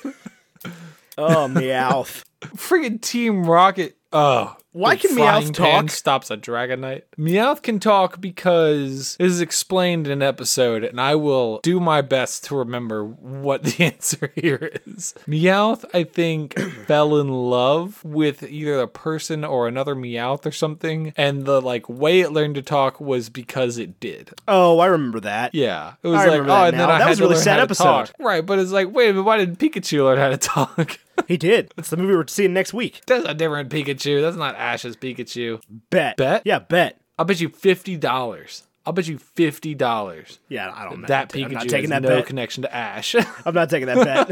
Speaker 2: Oh Meowth.
Speaker 1: Friggin' Team Rocket. Oh.
Speaker 2: Why
Speaker 1: the
Speaker 2: can Meowth
Speaker 1: frying pan
Speaker 2: talk?
Speaker 1: Stops a Dragonite. Meowth can talk because this is explained in an episode, and I will do my best to remember what the answer here is. Meowth, I think, fell in love with either a person or another Meowth or something, and the like way it learned to talk was because it did.
Speaker 2: Oh, I remember that.
Speaker 1: Yeah, it was
Speaker 2: I
Speaker 1: like, oh,
Speaker 2: remember that
Speaker 1: and then
Speaker 2: now.
Speaker 1: I
Speaker 2: That
Speaker 1: had
Speaker 2: was a
Speaker 1: to
Speaker 2: really
Speaker 1: learn
Speaker 2: sad
Speaker 1: how to
Speaker 2: episode.
Speaker 1: talk. Right, but it's like, wait, but why did Pikachu learn how to talk?
Speaker 2: He did. That's the movie we're seeing next week.
Speaker 1: That's a different Pikachu. That's not Ash's Pikachu.
Speaker 2: Bet.
Speaker 1: Bet?
Speaker 2: Yeah, bet.
Speaker 1: I'll bet you fifty dollars. I'll bet you fifty dollars
Speaker 2: Yeah, I don't know.
Speaker 1: that
Speaker 2: I'm not
Speaker 1: Pikachu
Speaker 2: taking
Speaker 1: has
Speaker 2: that
Speaker 1: no
Speaker 2: bet.
Speaker 1: connection to Ash.
Speaker 2: I'm not taking that bet.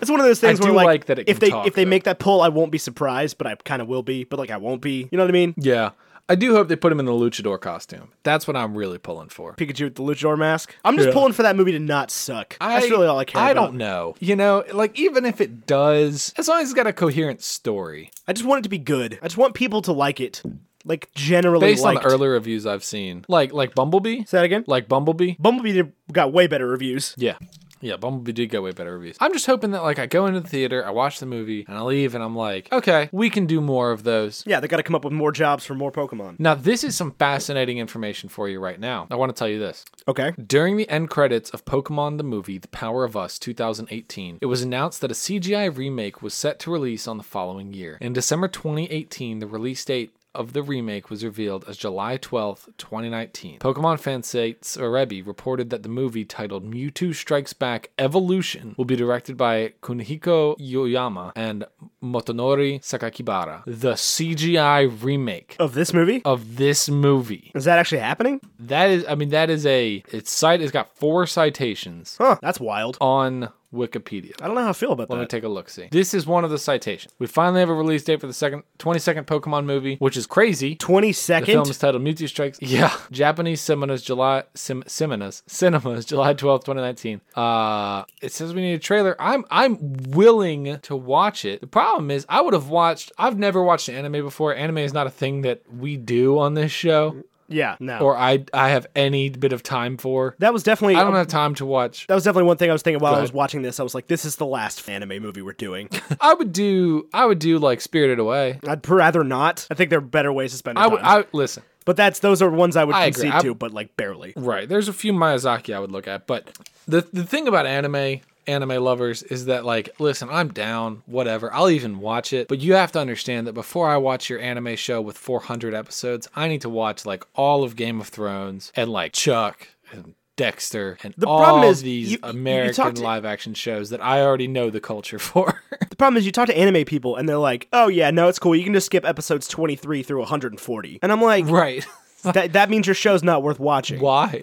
Speaker 2: it's one of those things
Speaker 1: I
Speaker 2: where
Speaker 1: do
Speaker 2: like,
Speaker 1: like that it
Speaker 2: if
Speaker 1: can
Speaker 2: they
Speaker 1: talk,
Speaker 2: if they
Speaker 1: though.
Speaker 2: make that pull, I won't be surprised, but I kind of will be. But like I won't be. You know what I mean?
Speaker 1: yeah, I do hope they put him in the luchador costume. That's what I'm really pulling for.
Speaker 2: Pikachu with the luchador mask. I'm just
Speaker 1: Yeah.
Speaker 2: pulling for that movie to not suck. That's really all I care
Speaker 1: I
Speaker 2: about.
Speaker 1: don't know. You know, like even if it does, as long as it's got a coherent story
Speaker 2: I just want it to be good. I just want people to like it, like generally
Speaker 1: based on
Speaker 2: like.
Speaker 1: the earlier reviews I've seen, like like Bumblebee,
Speaker 2: Say that again.
Speaker 1: like Bumblebee.
Speaker 2: Bumblebee did- got way better reviews.
Speaker 1: Yeah. Yeah, Bumblebee did get way better reviews. I'm just hoping that like I go into the theater, I watch the movie, and I leave and I'm like, okay, we can do more of those.
Speaker 2: Yeah, they got to come up with more jobs for more Pokemon.
Speaker 1: Now, this is some fascinating information for you right now. I want to tell you this.
Speaker 2: Okay.
Speaker 1: During the end credits of Pokemon the movie The Power of Us 2018, it was announced that a CGI remake was set to release on the following year. In December 2018, the release date of the remake was revealed as July 12th, 2019. Pokemon fan site Tsurebi reported that the movie titled Mewtwo Strikes Back Evolution will be directed by Kunihiko Yoyama and Motonori Sakakibara. The CGI remake
Speaker 2: Of this movie,
Speaker 1: of this movie.
Speaker 2: is that actually happening?
Speaker 1: That is, I mean, that is a its site has got four citations
Speaker 2: Huh? That's wild.
Speaker 1: on Wikipedia.
Speaker 2: I don't know how I feel about
Speaker 1: Let me
Speaker 2: that.
Speaker 1: take a look. See, this is one of the citations. We finally have a release date for the second 22nd Pokemon movie, which is crazy.
Speaker 2: Twenty
Speaker 1: The film
Speaker 2: second.
Speaker 1: is titled Mewtwo Strikes. Yeah, Japanese cinemas July sim, cinemas cinemas July 12th, 2019. Uh, it says we need a trailer. I'm I'm willing to watch it. The problem is I would have watched. I've never watched an anime before. Anime is not a thing that we do on this show,
Speaker 2: Yeah. No.
Speaker 1: or I I have any bit of time for.
Speaker 2: That was definitely
Speaker 1: I don't have time to watch.
Speaker 2: that was definitely one thing I was thinking while I
Speaker 1: ahead.
Speaker 2: was watching this. I was like, this is the last anime movie we're doing.
Speaker 1: I would do. I would do like Spirited Away.
Speaker 2: I'd rather not. I think there are better ways to spend
Speaker 1: I
Speaker 2: time.
Speaker 1: would. I listen.
Speaker 2: but that's those are ones I would
Speaker 1: I agree.
Speaker 2: concede
Speaker 1: I-
Speaker 2: to, but like barely.
Speaker 1: Right. There's a few Miyazaki I would look at, but the the thing about anime anime lovers is that like listen i'm down whatever i'll even watch it but you have to understand that before i watch your anime show with 400 episodes i need to watch like all of game of thrones and like chuck and dexter and
Speaker 2: The
Speaker 1: all
Speaker 2: problem is,
Speaker 1: these
Speaker 2: you- you
Speaker 1: american
Speaker 2: talk to-
Speaker 1: live action shows that i already know the culture for
Speaker 2: The problem is, you talk to anime people and they're like, "Oh yeah, no, it's cool. You can just skip episodes 23 through 140." And I'm like,
Speaker 1: right
Speaker 2: "That that means your show's not worth watching."
Speaker 1: why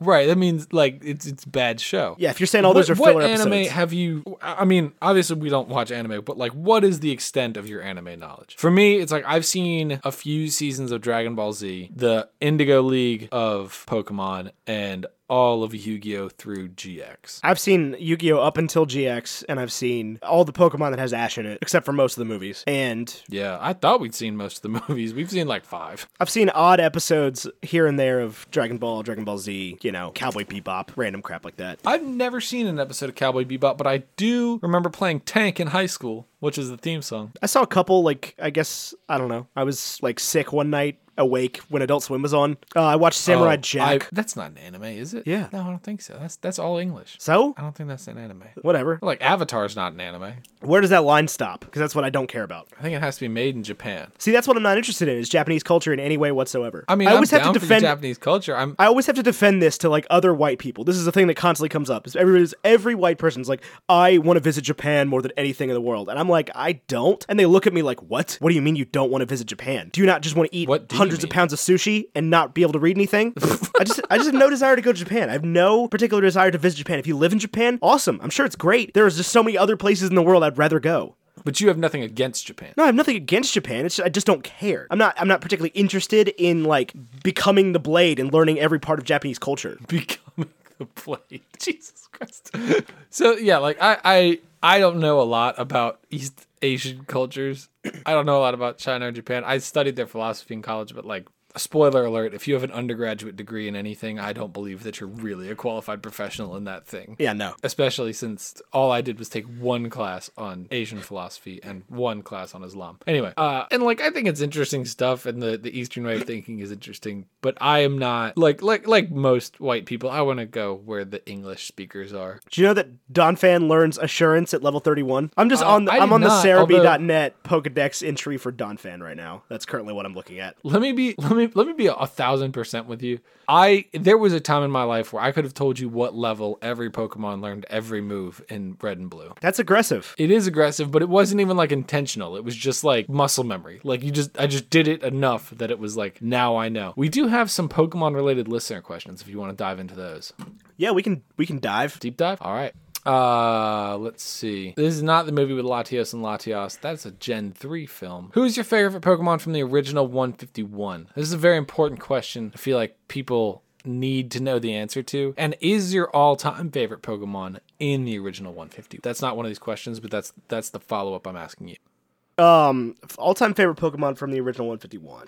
Speaker 1: right that means like it's it's a bad show
Speaker 2: yeah, if you're saying all those are
Speaker 1: what,
Speaker 2: filler
Speaker 1: what anime
Speaker 2: episodes,
Speaker 1: have you i I mean obviously we don't watch anime but like what is the extent of your anime knowledge for me it's like i've seen a few seasons of dragon ball z the indigo league of pokemon and all of yu-gi-oh through gx
Speaker 2: I've seen Yu-Gi-Oh up until GX, and I've seen all the Pokemon that has Ash in it, except for most of the movies. And
Speaker 1: yeah i thought we'd seen most of the movies we've seen like five
Speaker 2: I've seen odd episodes here and there of Dragon Ball, Dragon Ball Z, you know, Cowboy Bebop, random crap like that.
Speaker 1: i've never seen an episode of cowboy bebop but i do remember playing tank in high school which is the theme song
Speaker 2: I saw a couple, like, I guess, I don't know. I was, like, sick one night, awake when Adult Swim was on. Uh, I watched
Speaker 1: Oh,
Speaker 2: Samurai
Speaker 1: I-
Speaker 2: Jack.
Speaker 1: that's not an anime is it
Speaker 2: Yeah.
Speaker 1: no i don't think so that's that's all english
Speaker 2: So,
Speaker 1: i don't think that's an anime
Speaker 2: whatever.
Speaker 1: Like Avatar's not an anime.
Speaker 2: Where does that line stop? Because that's what I don't care about.
Speaker 1: I think it has to be made in Japan.
Speaker 2: See, that's what I'm not interested in, is Japanese culture in any way whatsoever.
Speaker 1: I mean, I
Speaker 2: I
Speaker 1: am
Speaker 2: always
Speaker 1: down
Speaker 2: have to
Speaker 1: for
Speaker 2: defend.
Speaker 1: the Japanese culture. I'm
Speaker 2: I always have to defend this to like other white people. This is a thing that constantly comes up. Is everybody's every white person's like, I want to visit Japan more than anything in the world, and I'm like, I don't. And they look at me like, What? What do you mean you don't want to visit Japan? Do you not just want to eat
Speaker 1: What do you
Speaker 2: hundreds of
Speaker 1: mean?
Speaker 2: pounds of sushi and not be able to read anything? I just, I just have no desire to go to Japan. I have no particular desire to visit Japan. If you live in Japan, awesome. I'm sure it's great. There is just so many other places in the world I'd rather go.
Speaker 1: but you have nothing against Japan.
Speaker 2: No, I have nothing against Japan. It's just, I just don't care. I'm not. I'm not particularly interested in like becoming the blade and learning every part of Japanese culture.
Speaker 1: Becoming the play. Jesus Christ. So yeah, like I I I don't know a lot about East Asian cultures. I don't know a lot about China or Japan. I studied their philosophy in college, but like spoiler alert, if you have an undergraduate degree in anything, I don't believe that you're really a qualified professional in that thing.
Speaker 2: Yeah, no.
Speaker 1: especially since all I did was take one class on Asian philosophy and one class on Islam. Anyway, uh, and like I think it's interesting stuff, and the the Eastern way of thinking is interesting, but I am not like like like most white people. I want to go where the English speakers are.
Speaker 2: Do you know that Don Fan learns assurance at level 31? I'm just on the,
Speaker 1: Uh, I
Speaker 2: I'm
Speaker 1: did
Speaker 2: on the
Speaker 1: not,
Speaker 2: Cerebi.net Pokedex entry for Don Fan right now. That's currently what I'm looking at.
Speaker 1: Let me be let me let me be a, a thousand percent with you. I there was a time in my life where I could have told you what level every Pokemon learned every move in Red and Blue.
Speaker 2: That's aggressive.
Speaker 1: It is aggressive, but it wasn't even like intentional. It was just like muscle memory. Like you just I just did it enough that it was like now I know. We do have some Pokemon related listener questions if you want to dive into those.
Speaker 2: Yeah, we can we can dive.
Speaker 1: Deep dive? All right. Uh, let's see. This is not the movie with Latios and Latios. That's a Gen 3 film. Who is your favorite Pokemon from the original 151? This is a very important question. I feel like people need to know the answer to. And is your all-time favorite Pokemon in the original 150? That's not one of these questions, but that's that's the follow-up I'm asking you.
Speaker 2: Um all-time favorite Pokemon from the original 151.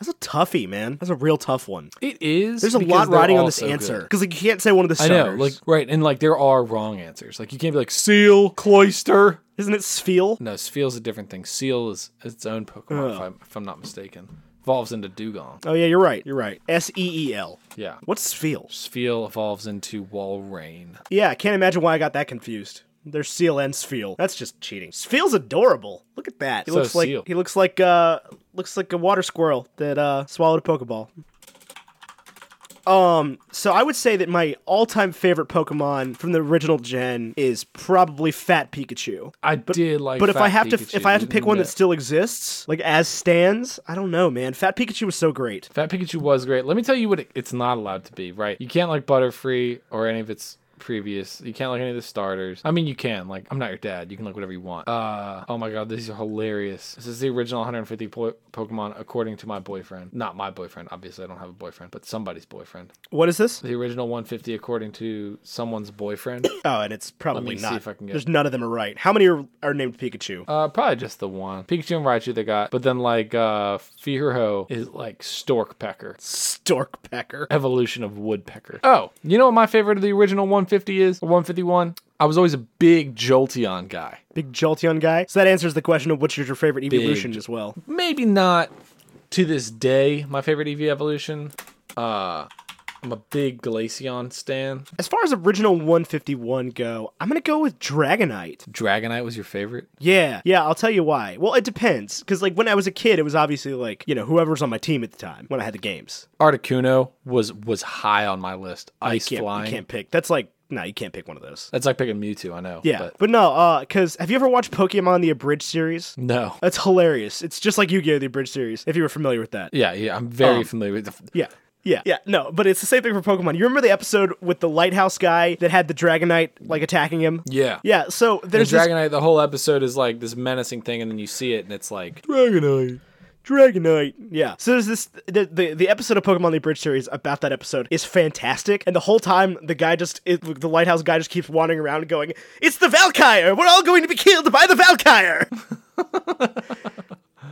Speaker 2: That's a toughie, man. That's a real tough one.
Speaker 1: It is.
Speaker 2: There's a
Speaker 1: because
Speaker 2: lot
Speaker 1: they're
Speaker 2: riding on
Speaker 1: all
Speaker 2: this
Speaker 1: so
Speaker 2: answer
Speaker 1: good.
Speaker 2: because like you can't say one of the
Speaker 1: I
Speaker 2: starters.
Speaker 1: know, like right, and like there are wrong answers. Like you can't be like seal, cloister.
Speaker 2: isn't it Sfeel?
Speaker 1: No, Sfeel's a different thing. Seal is its own Pokemon, if, I'm, if I'm not mistaken. Evolves into Dugong.
Speaker 2: Oh yeah, you're right. You're right. S E E L.
Speaker 1: Yeah.
Speaker 2: What's Sfeel?
Speaker 1: Sfeel evolves into Walrein.
Speaker 2: Yeah, I can't imagine why I got that confused. They're Seal and Sfeel. That's just cheating. Sfeel's adorable. Look at that. He
Speaker 1: So
Speaker 2: looks like
Speaker 1: Seal.
Speaker 2: he looks like uh looks like a water squirrel that uh swallowed a pokeball. Um, so I would say that my all-time favorite Pokemon from the original gen is probably Fat Pikachu.
Speaker 1: I did like
Speaker 2: But if
Speaker 1: Fat
Speaker 2: I have
Speaker 1: Pikachu,
Speaker 2: to if I have to pick one
Speaker 1: no.
Speaker 2: that still exists, like as stands, I don't know, man. Fat Pikachu was so great.
Speaker 1: Fat Pikachu was great. Let me tell you what it, it's not allowed to be, right? You can't like Butterfree or any of its previous. You can't like any of the starters. I mean, you can. Like, I'm not your dad. You can like whatever you want. Uh, oh my god, this is hilarious. This is the original 150 po- Pokemon according to my boyfriend. Not my boyfriend, obviously. I don't have a boyfriend, but somebody's boyfriend.
Speaker 2: What is this?
Speaker 1: The original 150 according to someone's boyfriend.
Speaker 2: Oh, and it's probably
Speaker 1: see
Speaker 2: not.
Speaker 1: if I can get-
Speaker 2: There's none of them are right. How many are, are named Pikachu?
Speaker 1: Uh, probably just the one. Pikachu and Raichu they got, but then like uh Fearow is like Stork Pecker.
Speaker 2: Stork Pecker.
Speaker 1: evolution of woodpecker. Oh, you know what my favorite of the original 150 is? Or 151? I was always a big Jolteon guy.
Speaker 2: Big Jolteon guy. So that answers the question of which is your favorite evolution as well.
Speaker 1: Maybe not to this day my favorite EV evolution. E Uh I'm a big Glaceon stan.
Speaker 2: As far as original 151 go, I'm gonna go with Dragonite.
Speaker 1: Dragonite was your favorite?
Speaker 2: Yeah, yeah, I'll tell you why. Well, it depends, because like when I was a kid, it was obviously like you know whoever's on my team at the time when I had the games.
Speaker 1: Articuno was was high on my list. Ice
Speaker 2: Can't,
Speaker 1: flying.
Speaker 2: you can't pick. That's like no, you can't pick one of those.
Speaker 1: That's like picking Mewtwo, I know.
Speaker 2: Yeah,
Speaker 1: but-
Speaker 2: but, no, uh, because have you ever watched Pokemon the Abridged series?
Speaker 1: no.
Speaker 2: That's hilarious. It's just like Yu-Gi-Oh the Abridged series. If you were familiar with that.
Speaker 1: Yeah, yeah. I'm very familiar with the,
Speaker 2: Um, Yeah. Yeah, yeah, no, but it's the same thing for Pokemon. You remember the episode with the lighthouse guy that had the Dragonite like attacking him?
Speaker 1: Yeah.
Speaker 2: Yeah, so
Speaker 1: The
Speaker 2: there's this
Speaker 1: Dragonite, the whole episode is like this menacing thing, and then you see it, and it's like,
Speaker 2: Dragonite. Dragonite. Yeah. So there's this the, the the episode of Pokemon the Bridge series about that episode is fantastic, and the whole time the guy just it, the lighthouse guy just keeps wandering around going, "It's the Valkyrie. We're all going to be killed by the Valkyrie."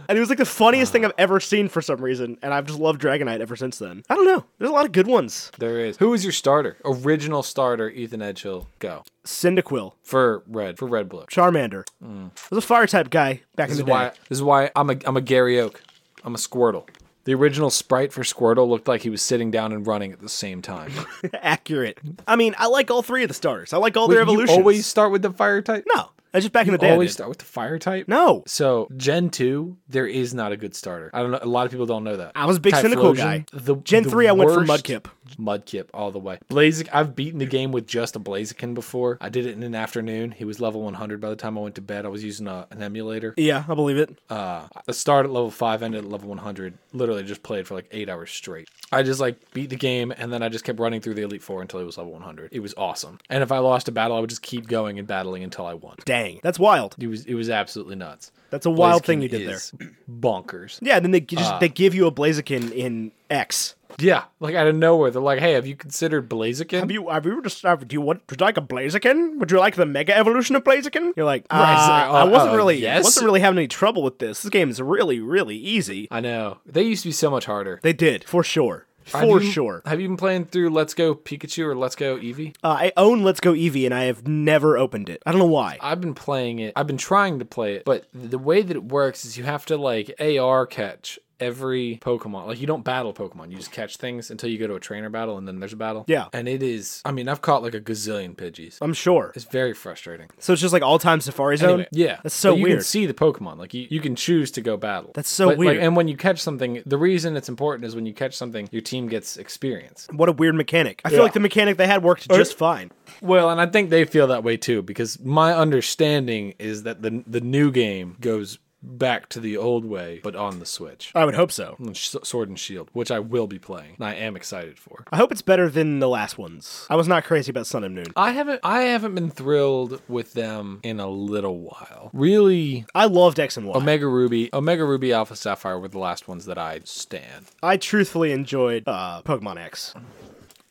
Speaker 2: and it was like the funniest
Speaker 1: Ah.
Speaker 2: thing I've ever seen for some reason, and I've just loved Dragonite ever since then. I don't know. There's a lot of good ones.
Speaker 1: there is. Who is your starter? Original starter, Ethan Edgehill. Go.
Speaker 2: Cyndaquil,
Speaker 1: For red, for red blue.
Speaker 2: Charmander. was a fire type guy back in
Speaker 1: Mm. This
Speaker 2: the
Speaker 1: is
Speaker 2: day.
Speaker 1: why this is why I'm a I'm a Gary Oak. I'm a Squirtle. The original sprite for Squirtle looked like he was sitting down and running at the same time.
Speaker 2: Accurate. I mean, I like all three of the starters. I like all their
Speaker 1: Wait, you
Speaker 2: evolutions.
Speaker 1: always start with the fire type?
Speaker 2: No, that's just back in the day. I
Speaker 1: always
Speaker 2: did.
Speaker 1: start with the fire type?
Speaker 2: No.
Speaker 1: So Gen 2, there is not a good starter. I don't know. A lot of people don't know that.
Speaker 2: I was a big Cynical guy.
Speaker 1: The,
Speaker 2: Gen
Speaker 1: the
Speaker 2: 3, I went for
Speaker 1: worst-
Speaker 2: Mudkip.
Speaker 1: Mudkip all the way. Blazik, I've beaten the game with just a Blaziken before. I did it in an afternoon. He was level 100 by the time I went to bed. I was using a, an emulator.
Speaker 2: Yeah, I believe it.
Speaker 1: Uh, I started at level 5, ended at level 100. Literally just played for like 8 hours straight. I just like beat the game and then I just kept running through the Elite Four until he was level 100. It was awesome. And if I lost a battle, I would just keep going and battling until I won.
Speaker 2: Dang, that's wild.
Speaker 1: It was it was absolutely nuts.
Speaker 2: That's a wild thing
Speaker 1: Blaziken
Speaker 2: you did there.
Speaker 1: is uh, Bonkers.
Speaker 2: Yeah, then they g- just they give you a Blaziken in X.
Speaker 1: Yeah, like out of nowhere, they're like, "Hey, have you considered Blaziken?"
Speaker 2: Have you have you just uh, do you want would you like a Blaziken? Would you like the Mega Evolution of Blaziken? You're like,
Speaker 1: Right, it's
Speaker 2: "Uh,
Speaker 1: like,
Speaker 2: I
Speaker 1: uh,
Speaker 2: wasn't
Speaker 1: uh,
Speaker 2: really
Speaker 1: yes?"
Speaker 2: wasn't really having any trouble with this. This game is really really easy.
Speaker 1: I know they used to be so much harder.
Speaker 2: They did for sure,
Speaker 1: Have
Speaker 2: for
Speaker 1: you-
Speaker 2: sure.
Speaker 1: Have you been playing through Let's Go Pikachu or Let's Go Eevee?
Speaker 2: Uh, I own Let's Go Eevee and I have never opened it. I don't know why.
Speaker 1: I've been playing it. I've been trying to play it, but the way that it works is you have to like AR catch every Pokemon. Like you don't battle Pokemon. You just catch things until you go to a trainer battle and then there's a battle.
Speaker 2: Yeah.
Speaker 1: And it is I mean, I've caught like a gazillion Pidgeys.
Speaker 2: I'm sure.
Speaker 1: It's very frustrating.
Speaker 2: So it's just like all time Safari Zone.
Speaker 1: Anyway, yeah,
Speaker 2: that's so
Speaker 1: But you
Speaker 2: weird.
Speaker 1: can see the Pokemon. Like you, you can choose to go battle.
Speaker 2: That's so
Speaker 1: But, like,
Speaker 2: weird.
Speaker 1: and when you catch something, the reason it's important is when you catch something, your team gets experience.
Speaker 2: What a weird mechanic. I
Speaker 1: Yeah.
Speaker 2: feel like the mechanic they had worked just fine.
Speaker 1: Well, and I think they feel that way too because my understanding is that the the new game goes back to the old way, but on the Switch.
Speaker 2: I would hope so.
Speaker 1: On Sh- Sword and Shield, which I will be playing, and I am excited for.
Speaker 2: I hope it's better than the last ones. I was not crazy about Sun and Moon.
Speaker 1: I haven't I haven't been thrilled with them in a little while. Really,
Speaker 2: I loved X and Y. I
Speaker 1: Omega Ruby, Omega Ruby Alpha Sapphire were the last ones that I stand.
Speaker 2: truthfully enjoyed uh, Pokemon X.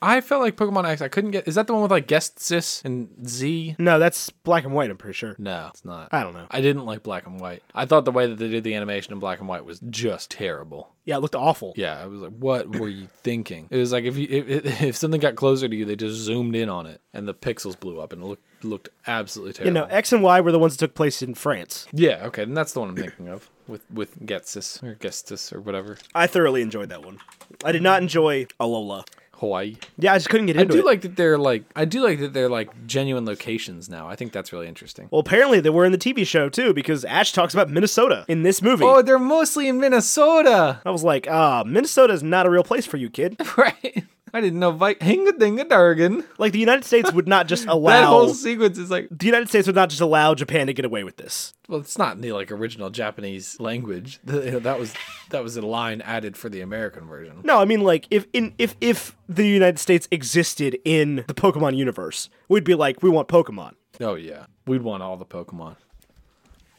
Speaker 1: I felt like Pokemon X. I couldn't get. Is that the one with like guest sis and Z?
Speaker 2: No, that's black and white, I'm pretty sure.
Speaker 1: No, it's not.
Speaker 2: I don't know.
Speaker 1: I didn't like black and white. I thought the way that they did the animation in black and white was just terrible.
Speaker 2: Yeah, it looked awful.
Speaker 1: Yeah, I was like, what were you thinking? It was like if you if, if something got closer to you, they just zoomed in on it and the pixels blew up and it looked looked absolutely
Speaker 2: You
Speaker 1: terrible.
Speaker 2: know, X and Y were the ones that took place in France.
Speaker 1: yeah, okay, then that's the one I'm thinking of with with Getsis or Gestis or whatever
Speaker 2: I thoroughly enjoyed that one. I did not enjoy Alola.
Speaker 1: Hawaii.
Speaker 2: Yeah, I just couldn't get
Speaker 1: I
Speaker 2: into
Speaker 1: do
Speaker 2: it.
Speaker 1: like that they're like I do like that they're like genuine locations now. I think that's really interesting.
Speaker 2: well, apparently they were in the TV show too, because Ash talks about Minnesota in this movie.
Speaker 1: Oh, they're mostly in Minnesota,
Speaker 2: I was like, ah, Minnesota is not a real place for you, kid.
Speaker 1: right? I didn't know. Vi- Hinga dinga dargan.
Speaker 2: Like the United States would not just
Speaker 1: That
Speaker 2: allow
Speaker 1: whole sequence is like
Speaker 2: the United States would not just allow Japan to get away with this.
Speaker 1: well, it's not in the like original Japanese language. The- you know, that was that was a line added for the American version.
Speaker 2: No, I mean like if in if if the United States existed in the Pokemon universe, we'd be like, we want Pokemon.
Speaker 1: Oh yeah, we'd want all the Pokemon.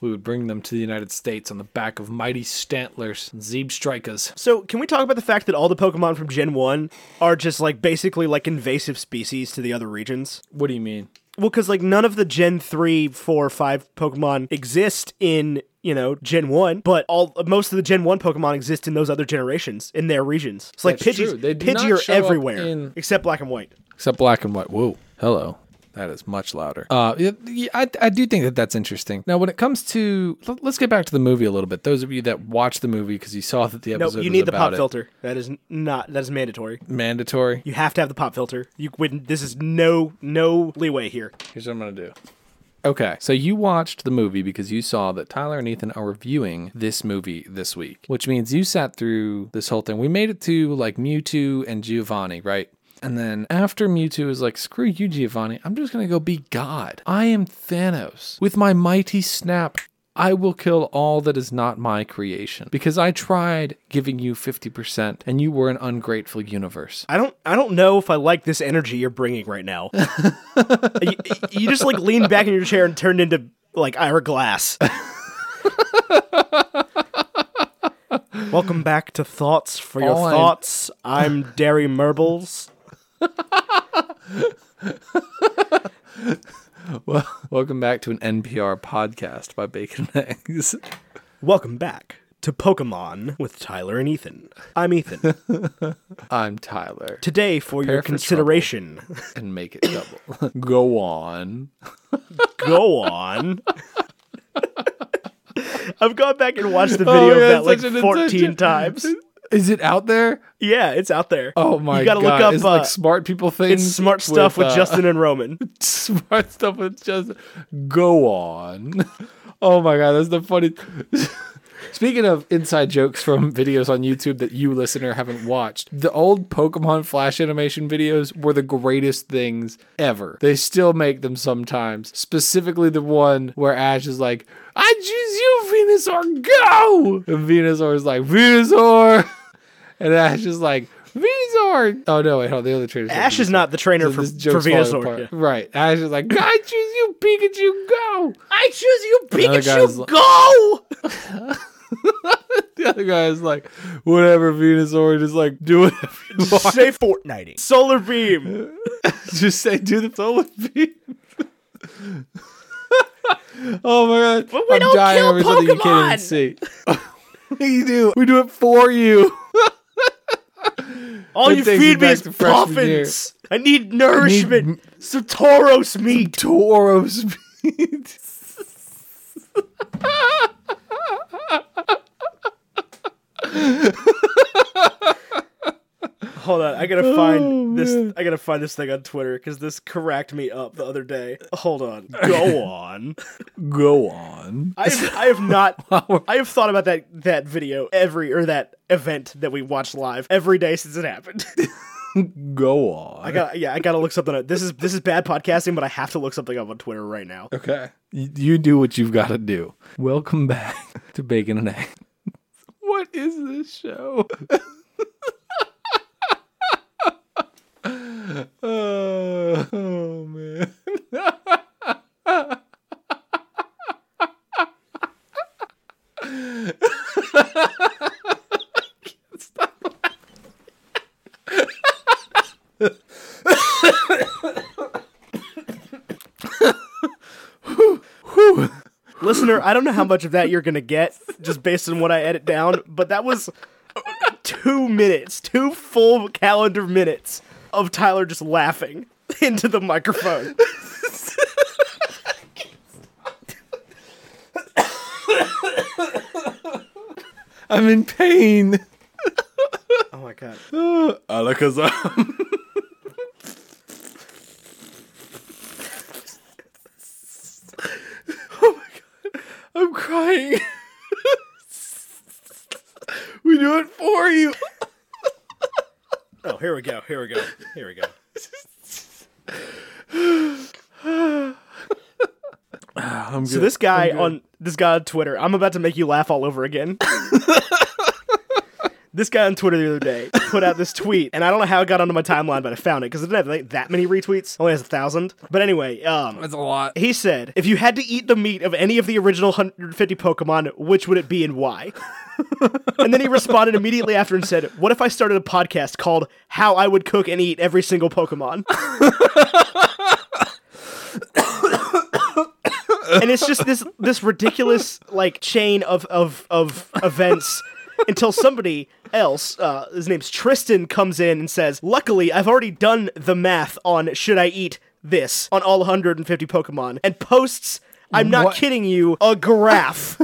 Speaker 1: We would bring them to the United States on the back of mighty Stantlers and Zeb Strikers.
Speaker 2: So can we talk about the fact that all the Pokemon from Gen One are just like basically like invasive species to the other regions?
Speaker 1: What do you mean?
Speaker 2: Well, because like none of the Gen 3, 4, 5 Pokemon exist in you know Gen One, but all most of the Gen One Pokemon exist in those other generations in their regions. It's like
Speaker 1: That's
Speaker 2: Pidgeys,
Speaker 1: true. They do
Speaker 2: Pidgey
Speaker 1: not
Speaker 2: are
Speaker 1: show up
Speaker 2: everywhere
Speaker 1: in-
Speaker 2: except Black and White.
Speaker 1: Except black and white. Whoa, hello. That is much louder. Uh, yeah, yeah, I, I do think that that's interesting. Now, when it comes to, l- let's get back to the movie a little bit. Those of you that watched the movie because you saw that the
Speaker 2: No,
Speaker 1: episode
Speaker 2: you
Speaker 1: was
Speaker 2: need the
Speaker 1: about
Speaker 2: pop
Speaker 1: it.
Speaker 2: filter. That is not that is mandatory.
Speaker 1: mandatory.
Speaker 2: You have to have the pop filter. You wouldn't. This is no no leeway here.
Speaker 1: Here's what I'm gonna do. Okay, so you watched the movie because you saw that Tyler and Ethan are reviewing this movie this week, which means you sat through this whole thing. We made it to like Mewtwo and Giovanni, right? And then after Mewtwo is like, screw you, Giovanni, I'm just gonna go be God. I am Thanos. With my mighty snap, I will kill all that is not my creation because I tried giving you 50% and you were an ungrateful universe.
Speaker 2: I don't I don't know if I like this energy you're bringing right now. you, you just like leaned back in your chair and turned into like Ira Glass. Welcome back to Thoughts for Your
Speaker 1: All I'm-
Speaker 2: Thoughts. I'm Derry Merbles.
Speaker 1: Well, welcome back to an NPR podcast by Bacon and Eggs.
Speaker 2: Welcome back to Pokemon with Tyler and Ethan. I'm Ethan.
Speaker 1: I'm Tyler
Speaker 2: Today for your
Speaker 1: for trouble.
Speaker 2: consideration,
Speaker 1: and make it double. Go on.
Speaker 2: go on. I've gone back and watched the video
Speaker 1: Oh, yeah,
Speaker 2: of that
Speaker 1: it's
Speaker 2: like
Speaker 1: such an
Speaker 2: 14
Speaker 1: intention.
Speaker 2: times.
Speaker 1: Is it out there?
Speaker 2: Yeah, it's out there.
Speaker 1: Oh my
Speaker 2: You gotta
Speaker 1: god!
Speaker 2: look up
Speaker 1: it's
Speaker 2: uh,
Speaker 1: like smart people things.
Speaker 2: smart stuff with,
Speaker 1: uh,
Speaker 2: Justin and Roman.
Speaker 1: smart stuff with just go on. Oh my god, that's the funny. Speaking of inside jokes from videos on YouTube that you listener haven't watched, the old Pokemon Flash animation videos were the greatest things ever. They still make them sometimes. Specifically the one where Ash is like, "I choose you, Venusaur, go!" And Venusaur is like, "Venusaur," and Ash is like, "Venusaur." Oh no, wait, hold on, the other trainer.
Speaker 2: Ash is not the trainer for,
Speaker 1: This
Speaker 2: for
Speaker 1: joke's falling apart.
Speaker 2: Venusaur. yeah.
Speaker 1: Right. Ash is like, I choose you, Pikachu, go.
Speaker 2: I choose you,
Speaker 1: Another guy's
Speaker 2: Pikachu.
Speaker 1: like-
Speaker 2: Go!
Speaker 1: The other guy is like, whatever, Venusaur, just like, do whatever you want.
Speaker 2: Say Fortnite. Solar Beam.
Speaker 1: Just say, do the solar beam. oh my god.
Speaker 2: we
Speaker 1: I'm
Speaker 2: don't
Speaker 1: dying
Speaker 2: kill
Speaker 1: over something you can't even see. we do. We do it for you.
Speaker 2: All
Speaker 1: That
Speaker 2: you
Speaker 1: takes
Speaker 2: feed
Speaker 1: me
Speaker 2: me
Speaker 1: back
Speaker 2: is
Speaker 1: to freshman year.
Speaker 2: puffins. I need nourishment. Satoros meat.
Speaker 1: Tauros meat.
Speaker 2: Hold on, I gotta
Speaker 1: Oh,
Speaker 2: find this. I gotta find this thing on Twitter because this cracked me up the other day. Hold on. Go on.
Speaker 1: Go on.
Speaker 2: I have, I have not. I have thought about that that video every or that event that we watched live every day since it happened.
Speaker 1: Go on.
Speaker 2: I got yeah, I gotta look something up. This is this is bad podcasting, but I have to look something up on Twitter right now.
Speaker 1: Okay. You, you do what you've got to do. Welcome back to Bacon and Eggs. What is this show? Uh, oh, man.
Speaker 2: Listener, I don't know how much of that you're gonna get just based on what I edit down, but that was two minutes, two full calendar minutes of Tyler just laughing into the microphone.
Speaker 1: I'm in pain.
Speaker 2: Oh my god.
Speaker 1: Alakazam. I'm crying. we do it for you.
Speaker 2: Oh, here we go. Here we go. Here we go.
Speaker 1: Ah, I'm good.
Speaker 2: So this guy on this guy on Twitter, I'm about to make you laugh all over again. this guy on Twitter the other day put out this tweet, and I don't know how it got onto my timeline, but I found it because it didn't have like, that many retweets. It only has a thousand. But anyway, um,
Speaker 1: that's a lot.
Speaker 2: he said, "If you had to eat the meat of any of the original 150 Pokemon, which would it be and why?" and then he responded immediately after and said, "What if I started a podcast called How I Would Cook and Eat Every Single Pokemon?" and it's just this this ridiculous like chain of of of events until somebody else uh, his name's Tristan comes in and says, "Luckily, I've already done the math on should I eat this on all 150 Pokemon and posts, I'm not
Speaker 1: What?
Speaker 2: kidding you, a graph.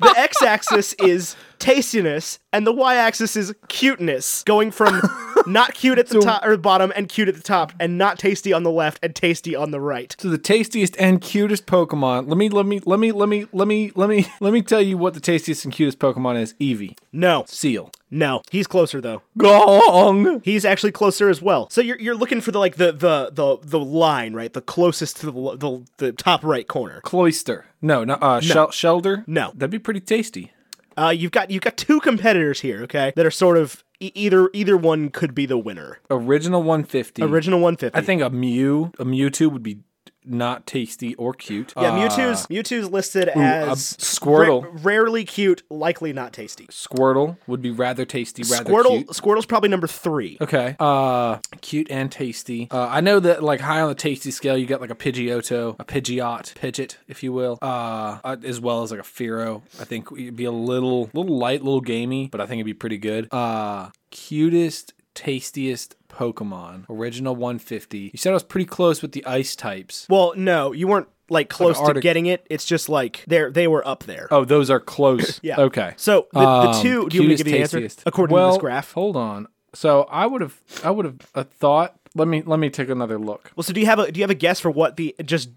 Speaker 2: the x axis is tastiness and the y axis is cuteness, going from not cute at the top or bottom and cute at the top and not tasty on the left and tasty on the right.
Speaker 1: So the tastiest and cutest Pokemon. Let me let me let me let me let me let me let me tell you what the tastiest and cutest Pokemon is. Eevee.
Speaker 2: No,
Speaker 1: Seal.
Speaker 2: no. He's closer though.
Speaker 1: Gong.
Speaker 2: He's actually closer as well. So you're, you're looking for the like the the the, the line, right? The closest to the, l- the the top right corner.
Speaker 1: Cloister. No, no uh Shel- Shelder.
Speaker 2: No.
Speaker 1: That'd be pretty tasty.
Speaker 2: Uh, you've got you've got two competitors here, okay? That are sort of e- either either one could be the winner.
Speaker 1: Original 150.
Speaker 2: Original 150.
Speaker 1: I think a Mew, a Mewtwo would be not tasty or cute.
Speaker 2: yeah,
Speaker 1: Uh,
Speaker 2: Mewtwo's Mewtwo's listed
Speaker 1: a
Speaker 2: as
Speaker 1: Squirtle.
Speaker 2: ra- rarely cute, likely not tasty.
Speaker 1: Squirtle would be rather tasty, rather
Speaker 2: Squirtle
Speaker 1: cute.
Speaker 2: Squirtle's probably number 3.
Speaker 1: Okay. Uh cute and tasty. Uh I know that like high on the tasty scale you got like a Pidgeotto, a Pidgeot, Pidget, if you will. Uh uh, as well as like a Firo. I think it'd be a little little light, little gamey, but I think it'd be pretty good. Uh cutest, tastiest Pokemon. Original 150. You said I was pretty close with the ice types.
Speaker 2: Well, no, you weren't like close to
Speaker 1: Arctic-
Speaker 2: getting it. It's just like they are they were up there.
Speaker 1: Oh, those are close.
Speaker 2: Yeah.
Speaker 1: Okay.
Speaker 2: So the, the
Speaker 1: Um,
Speaker 2: two do you want me
Speaker 1: cutest,
Speaker 2: to give you the answer
Speaker 1: tastiest.
Speaker 2: according to
Speaker 1: Well,
Speaker 2: this graph?
Speaker 1: Hold on. So I would have I would have uh, thought let me let me take another look.
Speaker 2: Well, so do you have a do you have a guess for what the just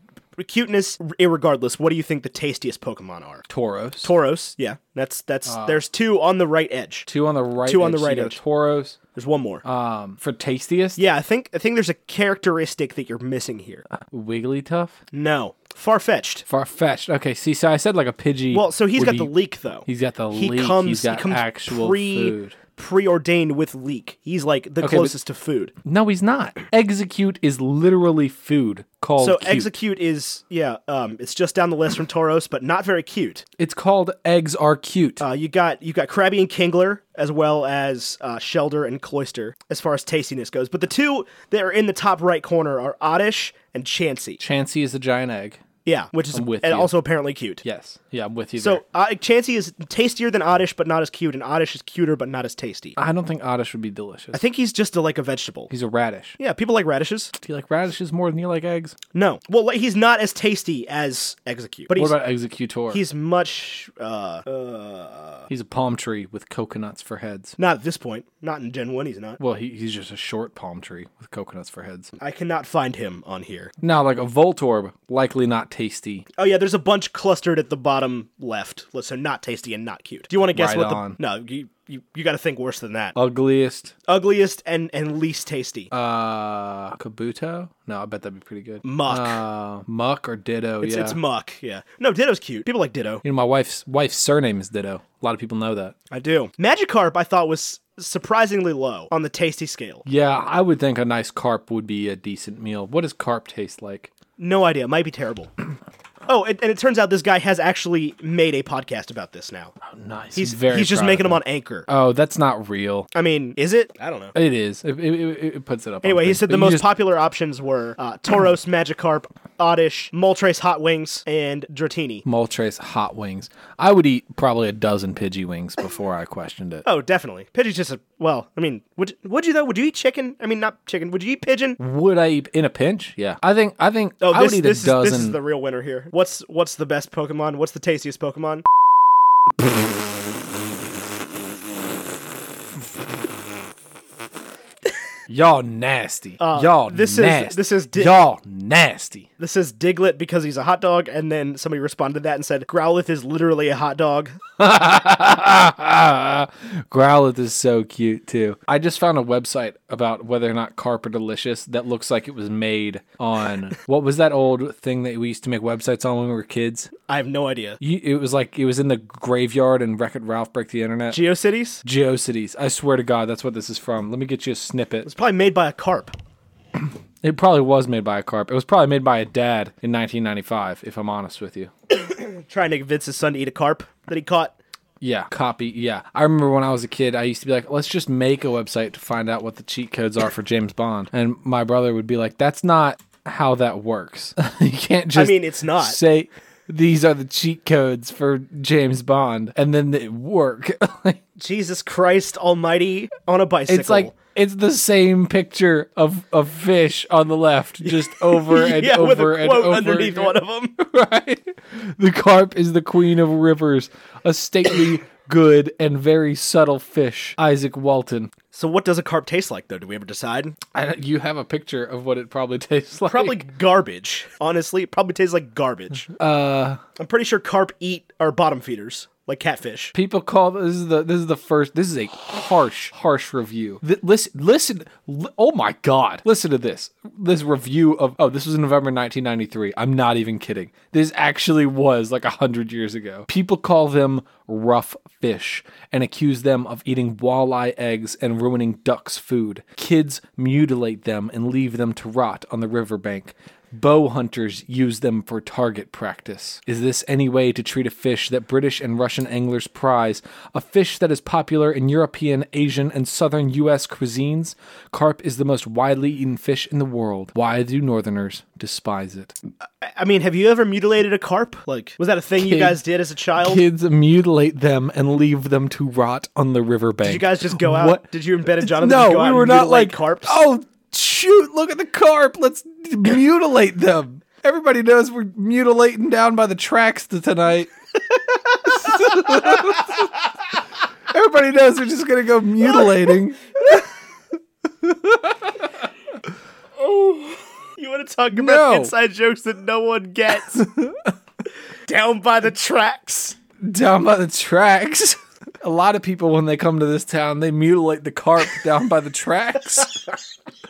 Speaker 2: cuteness, irregardless? What do you think the tastiest Pokemon are?
Speaker 1: Tauros.
Speaker 2: Tauros, yeah, that's that's.
Speaker 1: Uh,
Speaker 2: there's two on the right edge.
Speaker 1: two on the right.
Speaker 2: Two on the
Speaker 1: edge, so
Speaker 2: right
Speaker 1: you got
Speaker 2: edge.
Speaker 1: Tauros.
Speaker 2: There's one more.
Speaker 1: Um, for tastiest,
Speaker 2: yeah, I think I think there's a characteristic that you're missing here.
Speaker 1: uh, Wigglytuff.
Speaker 2: No, far fetched.
Speaker 1: Far fetched. Okay. See, so I said like a Pidgey.
Speaker 2: Well, so he's
Speaker 1: would
Speaker 2: got
Speaker 1: be-
Speaker 2: the leak though.
Speaker 1: He's got the
Speaker 2: he
Speaker 1: leak.
Speaker 2: Comes,
Speaker 1: he's got
Speaker 2: he comes
Speaker 1: actual
Speaker 2: pre,
Speaker 1: food.
Speaker 2: Preordained with leak. He's like the
Speaker 1: but-
Speaker 2: closest to food.
Speaker 1: No, he's not. Execute is literally food called.
Speaker 2: So
Speaker 1: cute.
Speaker 2: execute is yeah. Um, it's just down the list from Tauros, but not very cute.
Speaker 1: it's called eggs are cute.
Speaker 2: Uh, you got you got Krabby and Kingler as well as uh, Shelder and Cloyster as far as tastiness goes. But the two that are in the top right corner are Oddish and Chansey.
Speaker 1: Chansey is a giant egg.
Speaker 2: Yeah, which is
Speaker 1: with
Speaker 2: and
Speaker 1: you.
Speaker 2: also apparently cute.
Speaker 1: Yes. Yeah, I'm with you. there.
Speaker 2: So uh, Chansey is tastier than Oddish, but not as cute, and Oddish is cuter, but not as tasty.
Speaker 1: I don't think Oddish would be delicious.
Speaker 2: I think he's just a, like a vegetable.
Speaker 1: He's a radish.
Speaker 2: Yeah, people like radishes.
Speaker 1: Do you like radishes more than you like eggs?
Speaker 2: No, well, like, he's not as tasty as Execute, but he's
Speaker 1: What about executor? He's,
Speaker 2: he's much uh, uh,
Speaker 1: a palm tree with coconuts for heads.
Speaker 2: not at this point, not in Gen One. He's not.
Speaker 1: Well, he, he's just a short palm tree with coconuts for heads.
Speaker 2: I cannot find him on here.
Speaker 1: Now, like a Voltorb, likely not tasty.
Speaker 2: Oh yeah, there's a bunch clustered at the bottom left. Let's- So not tasty and not cute. Do you want to guess
Speaker 1: Right
Speaker 2: what
Speaker 1: on.
Speaker 2: the no? You you, you got to think worse than that.
Speaker 1: Ugliest,
Speaker 2: Ugliest and and least tasty.
Speaker 1: Oh, uh, Kabuto? No, I bet that'd be pretty good.
Speaker 2: Muck.
Speaker 1: Uh, Muck or Ditto, yeah.
Speaker 2: It's muck. Yeah. No, Ditto's cute. People like Ditto.
Speaker 1: you know, my wife's wife's surname is Ditto. A lot of people know that.
Speaker 2: I do. Magikarp, I thought was surprisingly low on the tasty scale.
Speaker 1: Yeah, I would think a nice carp would be a decent meal. What does carp taste like?
Speaker 2: No idea. Might be terrible. Oh, and, and it turns out this guy has actually made a podcast about this now.
Speaker 1: Nice.
Speaker 2: He's
Speaker 1: very.
Speaker 2: he's just
Speaker 1: proud
Speaker 2: making
Speaker 1: of
Speaker 2: them on Anchor.
Speaker 1: it. Oh, that's not real.
Speaker 2: I mean, is it? I don't know.
Speaker 1: It is. It, it, it, it puts it up. on
Speaker 2: Anyway, he
Speaker 1: things,
Speaker 2: said
Speaker 1: but
Speaker 2: the
Speaker 1: you
Speaker 2: most
Speaker 1: just-
Speaker 2: popular options were uh, Tauros, Magikarp, Oddish, Moltres, Hot Wings, and Dratini.
Speaker 1: Moltres hot wings. I would eat probably a dozen Pidgey wings before I questioned it.
Speaker 2: Oh, definitely. Pidgey's just a well. I mean, would would you though? Would you eat chicken? I mean, not chicken. Would you eat pigeon?
Speaker 1: Would I eat in a pinch? Yeah, I think I think
Speaker 2: Oh,
Speaker 1: I
Speaker 2: this,
Speaker 1: would eat
Speaker 2: this,
Speaker 1: a
Speaker 2: is,
Speaker 1: dozen.
Speaker 2: this is the real winner here. What's what's the best Pokemon? What's the tastiest Pokemon?
Speaker 1: Y'all nasty. Y'all
Speaker 2: Uh, this is-
Speaker 1: nasty.
Speaker 2: this is di-
Speaker 1: Y'all nasty.
Speaker 2: This is Diglett because he's a hot dog, and then somebody responded to that and said Growlithe is literally a hot dog.
Speaker 1: Growlithe is so cute too. I just found a website about whether or not carp are delicious that looks like it was made on what was that old thing that we used to make websites on when we were kids?
Speaker 2: I have no idea.
Speaker 1: You, it was like it was in the graveyard and Wreck-It Ralph break the internet.
Speaker 2: GeoCities?
Speaker 1: GeoCities. I swear to God, that's what this is from. Let me get you a snippet.
Speaker 2: It's probably made by a carp.
Speaker 1: It probably was made by a carp. It was probably made by a dad in 1995, if I'm honest with you.
Speaker 2: Trying to convince his son to eat a carp that he caught.
Speaker 1: Yeah, copy. Yeah. I remember when I was a kid, I used to be like, let's just make a website to find out what the cheat codes are for James Bond. And my brother would be like, that's not how that works. you can't just
Speaker 2: mean, it's not.
Speaker 1: say these are the cheat codes for James Bond, and then they work. Like,
Speaker 2: Jesus Christ Almighty on a bicycle.
Speaker 1: it's like it's the same picture of a fish on the left, just over and
Speaker 2: yeah,
Speaker 1: over
Speaker 2: with a
Speaker 1: and
Speaker 2: quote
Speaker 1: over.
Speaker 2: underneath
Speaker 1: again.
Speaker 2: one of them.
Speaker 1: right? The carp is the queen of rivers, a stately, good, and very subtle fish. Isaac Walton.
Speaker 2: So what does a carp taste like though? Do we ever decide?
Speaker 1: I don't- you have a picture of what it probably tastes like.
Speaker 2: Probably garbage. Honestly, it probably tastes like garbage.
Speaker 1: Uh,
Speaker 2: I'm pretty sure carp eat are bottom feeders, like catfish.
Speaker 1: people call this is the this is the first. This is a harsh, harsh review. Th- listen, listen. li- oh my God! Listen to this. This review of oh, this was in November 1993. I'm not even kidding. This actually was like a hundred years ago. People call them rough fish and accuse them of eating walleye eggs and ruining ducks' food. Kids mutilate them and leave them to rot on the riverbank. Bow hunters use them for target practice. Is this any way to treat a fish that British and Russian anglers prize? A fish that is popular in European, Asian, and southern U.S. cuisines? Carp is the most widely eaten fish in the world. Why do Northerners despise it?
Speaker 2: I- I mean, have you ever mutilated a carp? Like, was that a thing you
Speaker 1: Kid-
Speaker 2: guys did as a child?
Speaker 1: Kids mutilate them and leave them to rot on the riverbank.
Speaker 2: Did you guys just go out?
Speaker 1: What?
Speaker 2: Did you and Ben and Jonathan
Speaker 1: no,
Speaker 2: just go out
Speaker 1: we
Speaker 2: and
Speaker 1: were not
Speaker 2: mutilate
Speaker 1: like
Speaker 2: carps?
Speaker 1: Oh shoot! Look at the carp. Let's mutilate them. Everybody knows we're mutilating down by the tracks t- tonight. Everybody knows we're just gonna go mutilating.
Speaker 2: You want to talk about
Speaker 1: No.
Speaker 2: inside jokes that no one gets? Down by the tracks.
Speaker 1: down by the tracks. A lot of people, when they come to this town, they mutilate the carp down by the tracks,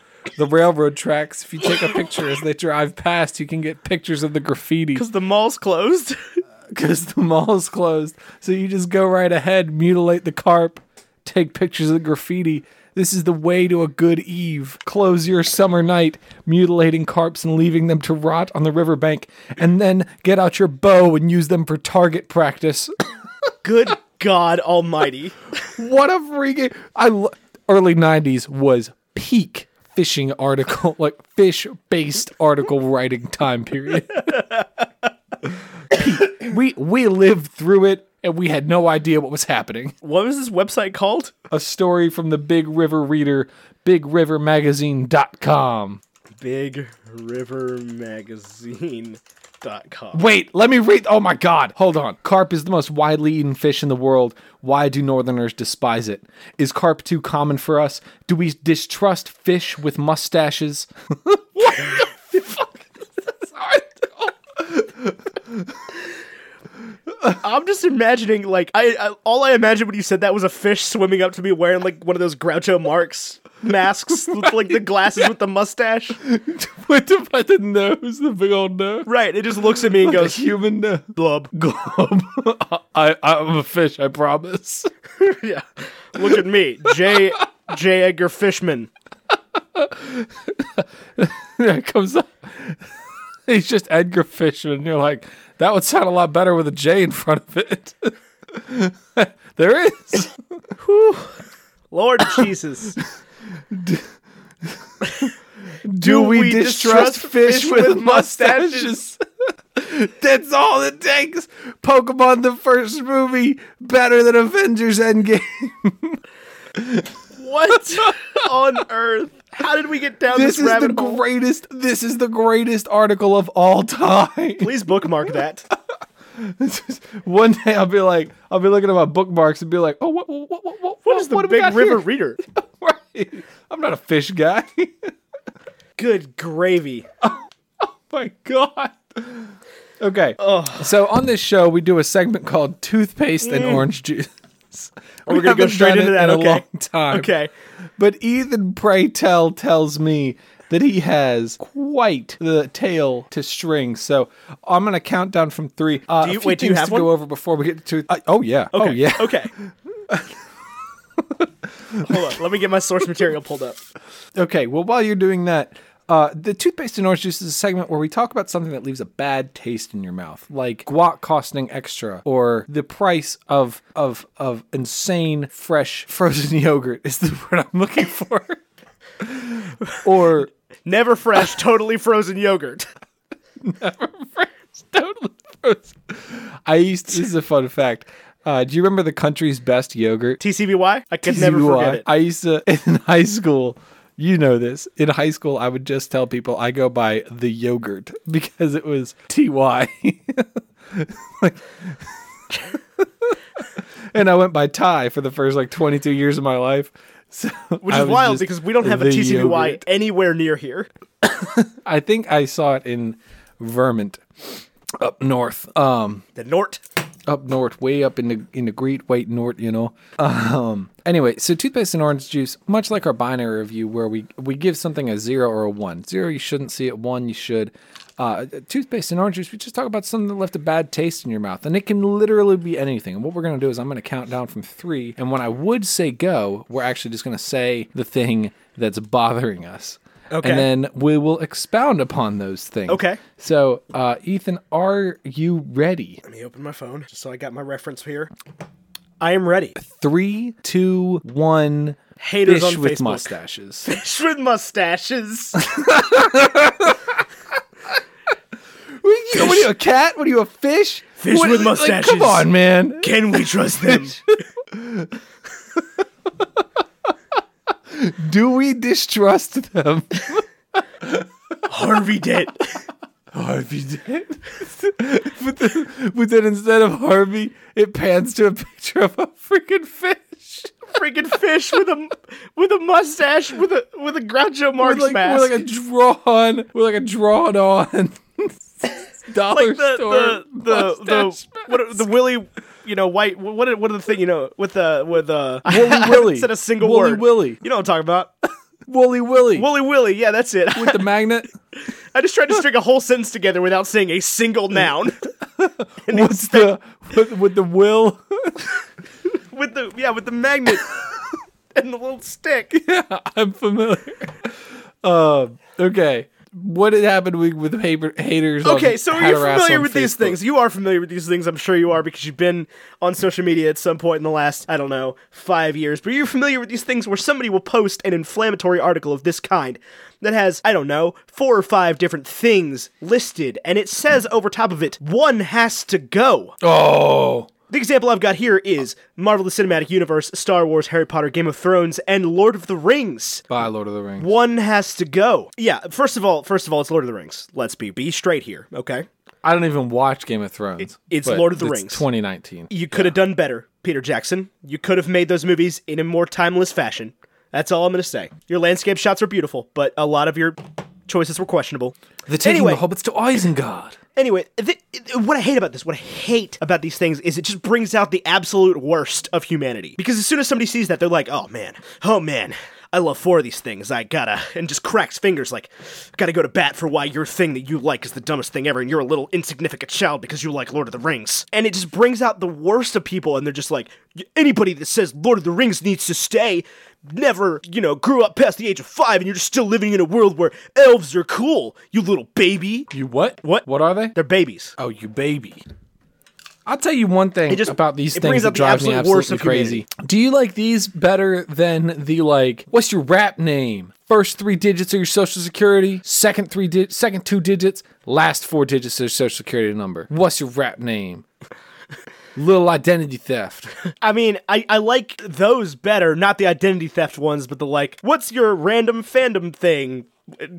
Speaker 1: the railroad tracks. If you take a picture as they drive past, you can get pictures of the graffiti
Speaker 2: Because the mall's closed.
Speaker 1: because the mall's closed. So you just go right ahead, mutilate the carp, take pictures of the graffiti. This is the way to a good eve. Close your summer night, mutilating carps and leaving them to rot on the riverbank, and then get out your bow and use them for target practice.
Speaker 2: Good God Almighty.
Speaker 1: What a freaking I lo- early '90s was peak fishing article, like fish based article writing time period. Peak. we we lived through it and we had no idea what was happening.
Speaker 2: What was this website called?
Speaker 1: A story from the Big River Reader, BigRiverMagazine.com.
Speaker 2: Big River Magazine. Dot com.
Speaker 1: Wait, let me read. Oh my God. Hold on. Carp is the most widely eaten fish in the world. Why do Northerners despise it? Is carp too common for us? Do we distrust fish with mustaches? what the fuck? Sorry.
Speaker 2: I'm just imagining, like, I, I all I imagined when you said that was a fish swimming up to me wearing like one of those Groucho Marx masks, with, like the glasses with the mustache.
Speaker 1: What the by the nose, the big old nose.
Speaker 2: Right. It just looks at me and
Speaker 1: The
Speaker 2: goes,
Speaker 1: human nose.
Speaker 2: "Blub."
Speaker 1: Glob. I, I'm a fish, I promise.
Speaker 2: yeah. Look at me, J. J. Edgar Fishman.
Speaker 1: There it comes up. He's just Edgar Fishman. And you're like, that would sound a lot better with a J in front of it. there is.
Speaker 2: Lord Jesus.
Speaker 1: Do we, distrust, fish, with mustaches? That's all it takes. Pokemon the first movie better than Avengers Endgame.
Speaker 2: What on earth? How did we get down
Speaker 1: This
Speaker 2: this,
Speaker 1: is the
Speaker 2: rabbit hole?
Speaker 1: greatest. This is the greatest article of all time.
Speaker 2: Please bookmark that.
Speaker 1: It's just- One day I'll be like, I'll be looking at my bookmarks and be like, oh, what, what, what, what, what,
Speaker 2: What is the
Speaker 1: do we
Speaker 2: Big
Speaker 1: got here?
Speaker 2: River Reader?
Speaker 1: Right. I'm not a fish guy.
Speaker 2: Good gravy.
Speaker 1: my god. Okay. So on this show, we do a segment called toothpaste and orange juice.
Speaker 2: We're gonna Mm. go
Speaker 1: haven't
Speaker 2: straight
Speaker 1: done
Speaker 2: into
Speaker 1: it
Speaker 2: that.
Speaker 1: in
Speaker 2: okay.
Speaker 1: a long time.
Speaker 2: Okay.
Speaker 1: But Ethan Pray Tell tells me that he has quite the tail to string. So I'm gonna count down from three. Uh,
Speaker 2: Do you-
Speaker 1: a few
Speaker 2: wait, do you
Speaker 1: things
Speaker 2: have
Speaker 1: to
Speaker 2: one?
Speaker 1: go over before we get to tooth? Uh, oh yeah. Oh
Speaker 2: Okay.
Speaker 1: yeah.
Speaker 2: Okay. Hold on. Let me get my source material pulled up.
Speaker 1: Okay, well, while you're doing that, uh, the toothpaste and orange juice is a segment where we talk about something that leaves a bad taste in your mouth, like guac costing extra, or the price of of of insane fresh frozen yogurt is the word I'm looking for, or
Speaker 2: Never fresh, totally frozen yogurt.
Speaker 1: totally gross. I used this is a fun fact. Uh, do you remember the country's best yogurt?
Speaker 2: TCBY? I could never
Speaker 1: TCBY.
Speaker 2: forget it.
Speaker 1: I used to in high school. You know this. In high school, I would just tell people I go by the yogurt because it was ty. Like- and I went by Ty for the first like 22 years of my life. So
Speaker 2: Which is wild because we don't have a TCBY anywhere near here.
Speaker 1: I think I saw it in Vermont, up north. Um,
Speaker 2: The Nort.
Speaker 1: up north, way up in the in the great white north, you know. Um. Anyway, so toothpaste and orange juice, much like our binary review, where we we give something a zero or a one. Zero, you shouldn't see it. One, you should. Uh, toothpaste and orange juice. We just talk about something that left a bad taste in your mouth, and it can literally be anything. And what we're gonna do is I'm gonna count down from three, and when I would say go, we're actually just gonna say the thing that's bothering us.
Speaker 2: Okay.
Speaker 1: And then we will expound upon those things.
Speaker 2: Okay.
Speaker 1: So, uh, Ethan, are you ready?
Speaker 2: Let me open my phone just so I got my reference here. I am ready.
Speaker 1: Three, two, one.
Speaker 2: Haters
Speaker 1: fish
Speaker 2: on
Speaker 1: with
Speaker 2: Facebook.
Speaker 1: mustaches.
Speaker 2: with mustaches.
Speaker 1: what, are you, a cat? What are you, a fish?
Speaker 2: Fish
Speaker 1: What-
Speaker 2: with
Speaker 1: like,
Speaker 2: mustaches.
Speaker 1: come on, man.
Speaker 2: Can we trust them?
Speaker 1: Do we distrust them?
Speaker 2: Harvey Dent. Oh,
Speaker 1: Harvey did. but, then, but then instead of Harvey, it pans to a picture of a freaking fish.
Speaker 2: Freaking fish with a with a mustache with a with a Groucho Marx
Speaker 1: With like,
Speaker 2: mask.
Speaker 1: with like a drawn, with like a drawn on dollar store
Speaker 2: the the the,
Speaker 1: mustache.
Speaker 2: the what the Willy you know white what what are the thing you know with the with uh, the
Speaker 1: Wooly Willy.
Speaker 2: said a single
Speaker 1: Wooly
Speaker 2: word
Speaker 1: Willy.
Speaker 2: you know what I'm talking about
Speaker 1: Wooly Willy.
Speaker 2: Wooly Willy yeah that's it
Speaker 1: With the magnet.
Speaker 2: I just tried to string a whole sentence together without saying a single noun And
Speaker 1: What's the with, with the will?
Speaker 2: with the yeah with the magnet and the little stick
Speaker 1: I'm familiar. Um, okay. What had happened with, with paper, haters? on
Speaker 2: Okay, so
Speaker 1: How
Speaker 2: you're
Speaker 1: to Wrestle
Speaker 2: familiar
Speaker 1: on
Speaker 2: with these
Speaker 1: Facebook?
Speaker 2: things. You are familiar with these things. I'm sure you are because you've been on social media at some point in the last, I don't know, five years. But you're familiar with these things where somebody will post an inflammatory article of this kind that has, I don't know, four or five different things listed, and it says over top of it, one has to go.
Speaker 1: Oh,
Speaker 2: The example I've got here is Marvel the Cinematic Universe, Star Wars, Harry Potter, Game of Thrones, and Lord of the Rings.
Speaker 1: by Lord of the Rings.
Speaker 2: One has to go. Yeah, first of all, first of all, it's Lord of the Rings. Let's be be straight here, okay?
Speaker 1: I don't even watch Game of Thrones.
Speaker 2: it's
Speaker 1: but
Speaker 2: Lord of the
Speaker 1: it's
Speaker 2: Rings.
Speaker 1: 2019.
Speaker 2: You could have done better, Peter Jackson. You could have made those movies in a more timeless fashion. That's all I'm going to say. Your landscape shots are beautiful, but a lot of your choices were questionable.
Speaker 1: The taking
Speaker 2: Anyway.
Speaker 1: the hobbits to Isengard.
Speaker 2: Anyway, th- what I hate about this, what I hate about these things is it just brings out the absolute worst of humanity. Because as soon as somebody sees that, they're like, oh man, oh man, I love four of these things. I gotta, and just cracks fingers like, gotta go to bat for why your thing that you like is the dumbest thing ever and you're a little insignificant child because you like Lord of the Rings. And it just brings out the worst of people and they're just like, "Y- anybody that says Lord of the Rings needs to stay never, you know, grew up past the age of five and you're just still living in a world where elves are cool, you little baby.
Speaker 1: You what?
Speaker 2: What?
Speaker 1: What are they?
Speaker 2: They're babies.
Speaker 1: oh, you baby. I'll tell you one thing
Speaker 2: just-
Speaker 1: about these
Speaker 2: it
Speaker 1: things
Speaker 2: brings
Speaker 1: that
Speaker 2: up the
Speaker 1: drives me
Speaker 2: absolute worst
Speaker 1: absolutely
Speaker 2: of
Speaker 1: crazy. Do you like these better than the like? What's your rap name? First three digits of your social security. Second three di- second two digits. Last four digits of your social security number. What's your rap name? Little identity theft.
Speaker 2: I mean, I, I like those better, not the identity theft ones, but the like, what's your random fandom thing?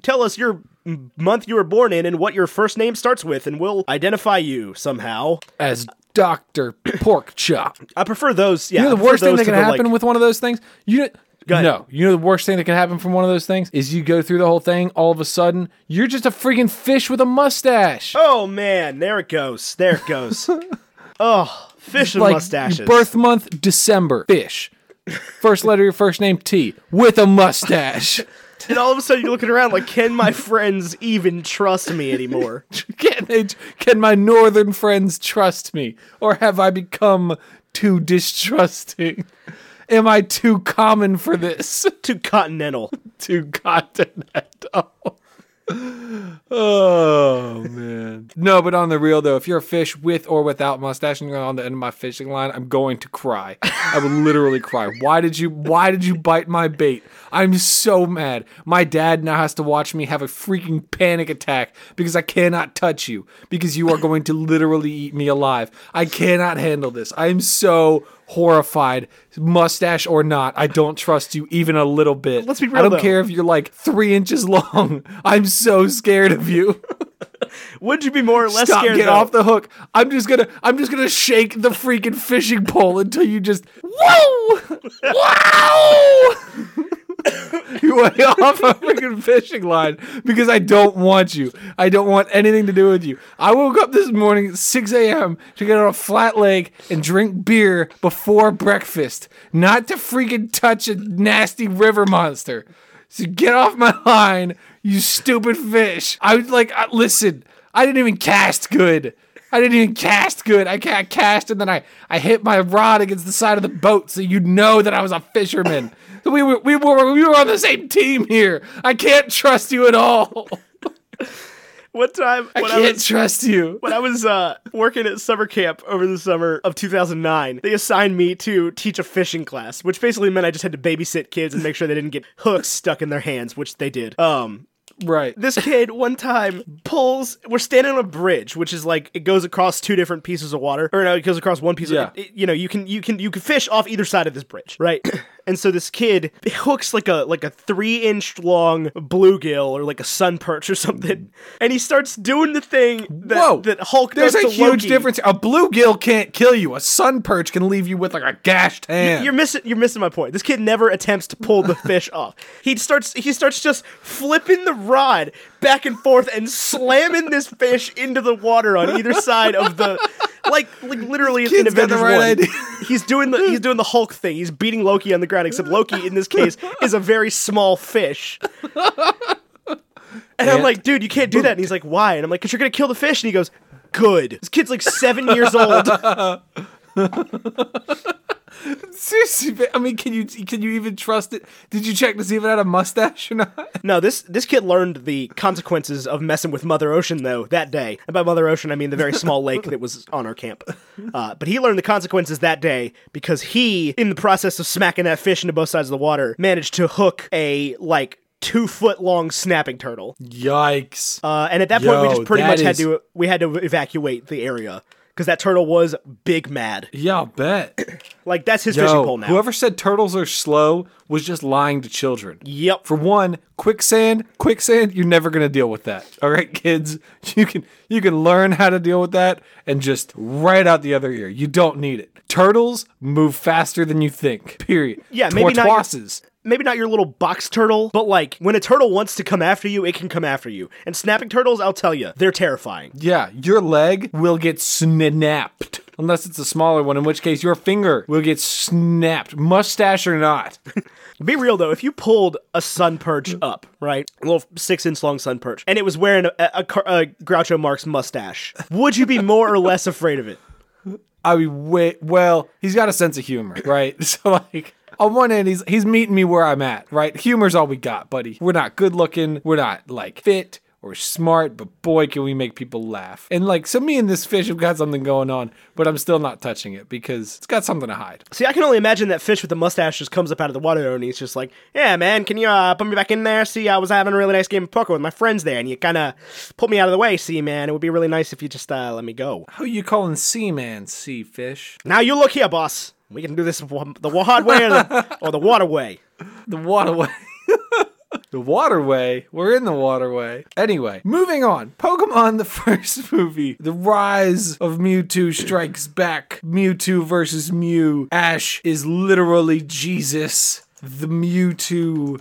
Speaker 2: Tell us your m- month you were born in and what your first name starts with, and we'll identify you somehow.
Speaker 1: As Doctor Pork Chop.
Speaker 2: I prefer those. Yeah,
Speaker 1: You know
Speaker 2: I
Speaker 1: the
Speaker 2: prefer
Speaker 1: worst thing
Speaker 2: those
Speaker 1: that
Speaker 2: to
Speaker 1: can
Speaker 2: the,
Speaker 1: happen
Speaker 2: like-
Speaker 1: with one of those things? You know,
Speaker 2: ahead.
Speaker 1: no. You know the worst thing that can happen from one of those things is you go through the whole thing. All of a sudden, you're just a freaking fish with a mustache.
Speaker 2: oh man, there it goes. There it goes. oh, fish and
Speaker 1: like
Speaker 2: mustaches.
Speaker 1: birth month December fish. First letter of your first name T with a mustache.
Speaker 2: and all of a sudden you're looking around like, can my friends even trust me anymore?
Speaker 1: can they, can my northern friends trust me or have I become too distrusting? Am I too common for this?
Speaker 2: Too continental.
Speaker 1: Too continental. Oh man. No, but on the real though, if you're a fish with or without mustache and you're on the end of my fishing line, I'm going to cry. I would literally cry. Why did you why did you bite my bait? I'm so mad. My dad now has to watch me have a freaking panic attack because I cannot touch you because you are going to literally eat me alive. I cannot handle this. I am so horrified, mustache or not. I don't trust you even a little bit.
Speaker 2: Let's be real,
Speaker 1: I don't
Speaker 2: though.
Speaker 1: care if you're like three inches long. I'm so scared of you.
Speaker 2: Would you be more or less
Speaker 1: Stop.
Speaker 2: scared?
Speaker 1: Get
Speaker 2: though?
Speaker 1: off the hook. I'm just gonna. I'm just gonna shake the freaking fishing pole until you just. Whoa! Wow! you way off a freaking fishing line because I don't want you. I don't want anything to do with you. I woke up this morning at 6 a.m. to get on a flat lake and drink beer before breakfast, not to freaking touch a nasty river monster. So get off my line, you stupid fish. I was like, I, listen, I didn't even cast good. I didn't even cast good. I ca- I cast and then I, I hit my rod against the side of the boat so you'd know that I was a fisherman. So we were, we were we were on the same team here. I can't trust you at all.
Speaker 2: One time when I,
Speaker 1: I can't
Speaker 2: was
Speaker 1: trust you.
Speaker 2: when I was uh, working at summer camp over the summer of 2009, they assigned me to teach a fishing class, which basically meant I just had to babysit kids and make sure they didn't get hooks stuck in their hands, which they did. Um,
Speaker 1: Right.
Speaker 2: this kid one time pulls we're standing on a bridge which is like it goes across two different pieces of water or no it goes across one piece
Speaker 1: Yeah.
Speaker 2: of it, you know you can you can you can fish off either side of this bridge right and so this kid hooks like a like a three inch long bluegill or like a sun perch or something and he starts doing the thing that,
Speaker 1: Whoa.
Speaker 2: that hulk
Speaker 1: There's
Speaker 2: does
Speaker 1: a
Speaker 2: to
Speaker 1: huge
Speaker 2: Loki.
Speaker 1: difference. A bluegill can't kill you. A sun perch can leave you with like a gashed hand.
Speaker 2: You're missing. You're missing my point. This kid never attempts to pull the fish off. He starts. He starts just flipping the rod back and forth and slamming this fish into the water on either side of the. Like, like literally in
Speaker 1: kid's got the
Speaker 2: Avengers
Speaker 1: right
Speaker 2: One,
Speaker 1: idea.
Speaker 2: he's doing the he's doing the Hulk thing. He's beating Loki on the ground. Except Loki, in this case, is a very small fish. And I'm
Speaker 1: Ant
Speaker 2: like, dude, you can't do that. And he's like, why? And I'm like, because you're gonna kill the fish. And he goes, good. This kid's like seven years old.
Speaker 1: Seriously, ba- I mean, can you can you even trust it? Did you check to see if it had a mustache or not?
Speaker 2: No, this this kid learned the consequences of messing with Mother Ocean though that day. And by Mother Ocean, I mean the very small lake that was on our camp. Uh, but he learned the consequences that day because he, in the process of smacking that fish into both sides of the water, managed to hook a like two foot long snapping turtle.
Speaker 1: Yikes!
Speaker 2: Uh, and at that point, we
Speaker 1: Yo,
Speaker 2: just pretty
Speaker 1: that
Speaker 2: much had
Speaker 1: is-
Speaker 2: to we had to evacuate the area because that turtle was big mad.
Speaker 1: yeah, I'll bet.
Speaker 2: Like that's his fishing
Speaker 1: Yo,
Speaker 2: pole now.
Speaker 1: whoever said turtles are slow was just lying to children.
Speaker 2: Yep.
Speaker 1: For one, quicksand, quicksand, you're never gonna deal with that. All right, kids, you can you can learn how to deal with that and just right out the other ear. You don't need it. Turtles move faster than you think. Period.
Speaker 2: Yeah, maybe not your-
Speaker 1: Tortoises.
Speaker 2: maybe not your little box turtle, but like when a turtle wants to come after you, it can come after you. And snapping turtles, I'll tell you, they're terrifying.
Speaker 1: Yeah, your leg will get snapped. Unless it's a smaller one, in which case your finger will get snapped, mustache or not.
Speaker 2: Be real though, if you pulled a sun perch up, right, a little six inch long sun perch, and it was wearing a, a, a Car- a Groucho Marx mustache, would you be more or less afraid of it?
Speaker 1: I mean, wait, well, he's got a sense of humor, right? So like, on one end, he's he's meeting me where I'm at, right? Humor's all we got, buddy. We're not good looking. We're not like fit or smart, but boy, can we make people laugh. And like, so me and this fish have got something going on, but I'm still not touching it because it's got something to hide.
Speaker 2: See, I can only imagine that fish with the mustache just comes up out of the water and he's just like, "Yeah, man, can you uh, put me back in there? See, I was having a really nice game of poker with my friends there, and you kind of put me out of the way. See, man, it would be really nice if you just uh, let me go."
Speaker 1: Who you calling sea man, sea fish?
Speaker 2: Now you look here, boss. We can do this wa- the wa- hard way or the, or the water way.
Speaker 1: The waterway. the waterway. We're in the waterway. Anyway, moving on. Pokemon, the first movie. The rise of Mewtwo strikes back. Mewtwo versus Mew. Ash is literally Jesus. The Mewtwo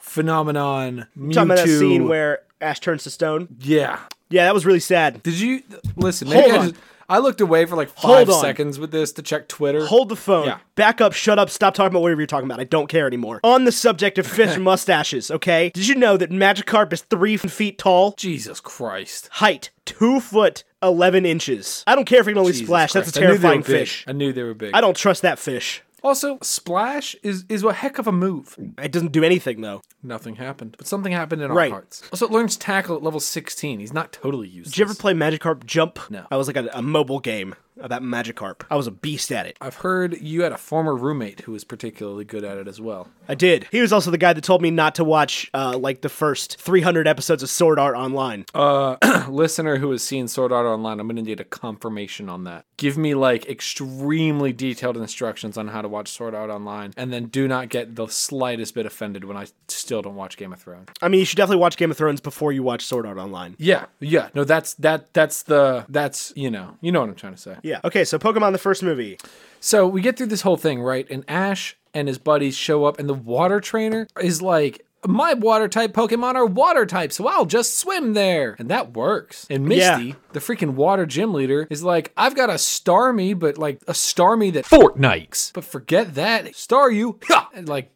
Speaker 1: phenomenon. Mewtwo.
Speaker 2: Talking about that scene where Ash turns to stone.
Speaker 1: yeah.
Speaker 2: Yeah, that was really sad.
Speaker 1: Did you listen? Maybe
Speaker 2: Hold
Speaker 1: I,
Speaker 2: on.
Speaker 1: just, I looked away for like five
Speaker 2: Hold on.
Speaker 1: seconds with this to check Twitter.
Speaker 2: Hold the phone.
Speaker 1: Yeah.
Speaker 2: Back up. Shut up. Stop talking about whatever you're talking about. I don't care anymore. On the subject of fish and mustaches, okay? Did you know that Magikarp is three f- feet tall?
Speaker 1: Jesus Christ.
Speaker 2: Height two foot eleven inches. I don't care if he can only
Speaker 1: Jesus
Speaker 2: splash. That's a
Speaker 1: Christ. I knew they were
Speaker 2: terrifying
Speaker 1: big.
Speaker 2: fish.
Speaker 1: I knew they were big.
Speaker 2: I don't trust that fish.
Speaker 1: Also, Splash is is a heck of a move.
Speaker 2: It doesn't do anything though.
Speaker 1: Nothing happened, but something happened in our
Speaker 2: Right.
Speaker 1: hearts. Also, it learns tackle at level 16. He's not totally useless.
Speaker 2: Did you ever play Magikarp Jump?
Speaker 1: No.
Speaker 2: I was like a, a mobile game about Magikarp. I was a beast at it.
Speaker 1: I've heard you had a former roommate who was particularly good at it as well.
Speaker 2: I did. He was also the guy that told me not to watch uh, like the first 300 episodes of Sword Art Online.
Speaker 1: Oh. Listener who has seen Sword Art Online, I'm going to need a confirmation on that. Give me like extremely detailed instructions on how to watch Sword Art Online, and then do not get the slightest bit offended when I still don't watch Game of Thrones.
Speaker 2: I mean, you should definitely watch Game of Thrones before you watch Sword Art Online.
Speaker 1: Yeah, yeah, no, that's that that's the that's you know you know what I'm trying to say.
Speaker 2: Yeah. Okay, so Pokemon the first movie.
Speaker 1: So we get through this whole thing, right? And Ash and his buddies show up, and the water trainer is like, My water type Pokemon are water type, so I'll just swim there. And that works. And Misty,
Speaker 2: Yeah.
Speaker 1: the freaking water gym leader, is like, I've got a Starmie, but like a Starmie that Fortnite. But forget that. Star you. Ha! And like,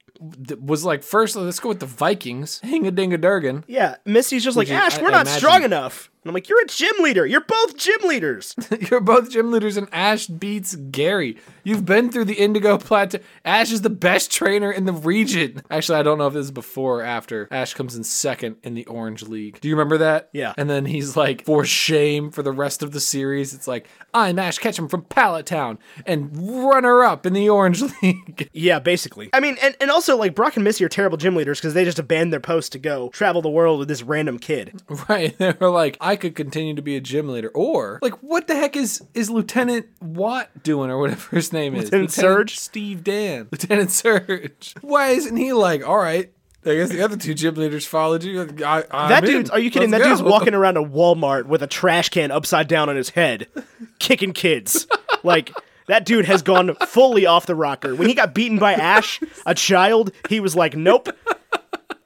Speaker 1: th- was like, first, let's go with the Vikings. Hing a ding a durgan.
Speaker 2: Yeah, Misty's just like,
Speaker 1: you-
Speaker 2: Ash,
Speaker 1: I-
Speaker 2: we're
Speaker 1: I
Speaker 2: not
Speaker 1: imagine-
Speaker 2: strong enough. And I'm like, you're a gym leader. You're both gym leaders.
Speaker 1: You're both gym leaders, and Ash beats Gary. You've been through the Indigo Plateau. Ash is the best trainer in the region. Actually, I don't know if this is before or after. Ash comes in second in the Orange League. Do you remember that?
Speaker 2: Yeah.
Speaker 1: And then he's like, for shame for the rest of the series. It's like, I'm Ash Ketchum from Pallet Town and runner up in the Orange League.
Speaker 2: yeah, basically. I mean, and, and also, like, Brock and Misty are terrible gym leaders because they just abandoned their post to go travel the world with this random kid.
Speaker 1: right. They were like, I could continue to be a gym leader. Or, like, what the heck is, is Lieutenant Watt doing or whatever his name is?
Speaker 2: Lieutenant Surge?
Speaker 1: Steve Dan, Lieutenant Surge. Why isn't he like, all right? I guess the other two gym leaders followed you. I, I'm
Speaker 2: That
Speaker 1: in.
Speaker 2: dude's, are you kidding?
Speaker 1: Let's
Speaker 2: that dude's
Speaker 1: go."
Speaker 2: walking around a Walmart with a trash can upside down on his head, kicking kids. like, that dude has gone fully off the rocker. When he got beaten by Ash, a child, he was like, nope.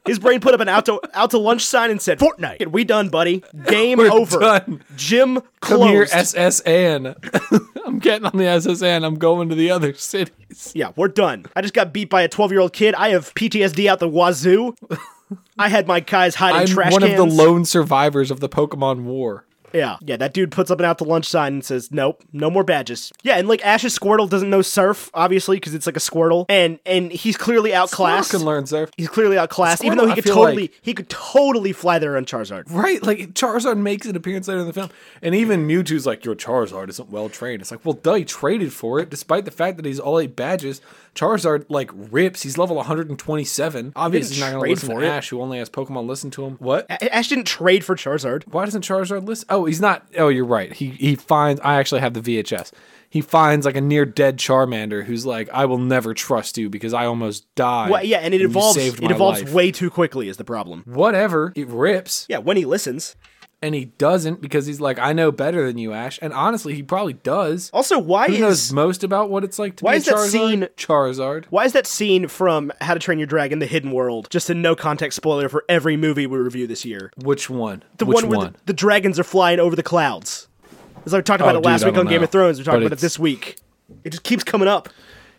Speaker 2: His brain put up an out to, out to lunch sign and said, Fortnite. We done, buddy. Game over.
Speaker 1: done.
Speaker 2: Gym closed.
Speaker 1: Come here, SSN. I'm getting on the SSN. I'm going to the other cities.
Speaker 2: Yeah, we're done. I just got beat by a 12 year old kid. I have PTSD out the wazoo. I had my guys hiding
Speaker 1: I'm
Speaker 2: trash
Speaker 1: one
Speaker 2: cans.
Speaker 1: of the lone survivors of the Pokemon War.
Speaker 2: yeah, yeah. That dude puts up an out to lunch sign and says, "Nope, no more badges." Yeah, and like Ash's Squirtle doesn't know Surf, obviously, because it's like a Squirtle, and and he's clearly outclassed.
Speaker 1: Squirtle can learn surf.
Speaker 2: He's clearly outclassed, even
Speaker 1: Squirtle,
Speaker 2: though he
Speaker 1: I
Speaker 2: could
Speaker 1: feel
Speaker 2: totally
Speaker 1: like-
Speaker 2: he could totally fly there on Charizard.
Speaker 1: Right, like Charizard makes an appearance later in the film, and even Mewtwo's like, "Your Charizard isn't well trained." It's like, well, duh, he traded for it, despite the fact that he's all eight badges. Charizard like rips. He's level 127. Obviously, he's not going to
Speaker 2: trade
Speaker 1: listen
Speaker 2: for
Speaker 1: to
Speaker 2: it.
Speaker 1: Ash, who only has Pokemon listen to him. What?
Speaker 2: A- Ash didn't trade for Charizard.
Speaker 1: Why doesn't Charizard listen? Oh, he's not. Oh, you're right. He he finds. I actually have the VHS. He finds like a near dead Charmander who's like, "I will never trust you because I almost died."
Speaker 2: Well, yeah, and it
Speaker 1: you
Speaker 2: evolves.
Speaker 1: saved
Speaker 2: It
Speaker 1: my
Speaker 2: evolves
Speaker 1: life."
Speaker 2: way too quickly is the problem.
Speaker 1: Whatever. It rips.
Speaker 2: Yeah, when he listens.
Speaker 1: and he doesn't because he's like, I know better than you, Ash. And honestly, he probably does.
Speaker 2: Also, why
Speaker 1: He
Speaker 2: is
Speaker 1: knows most about what it's like to
Speaker 2: Why
Speaker 1: be a
Speaker 2: is that
Speaker 1: Charizard.
Speaker 2: scene-
Speaker 1: Charizard.
Speaker 2: Why is that scene from How to Train Your Dragon: The Hidden World just a no context spoiler for every movie we review this year?
Speaker 1: Which one?
Speaker 2: The
Speaker 1: Which
Speaker 2: one where The, the dragons are flying over the clouds. As I talked about
Speaker 1: Oh,
Speaker 2: it last
Speaker 1: dude, I
Speaker 2: week on
Speaker 1: don't
Speaker 2: Game
Speaker 1: know.
Speaker 2: of Thrones, we talked
Speaker 1: But
Speaker 2: about it
Speaker 1: it's-
Speaker 2: this week. It just keeps coming up.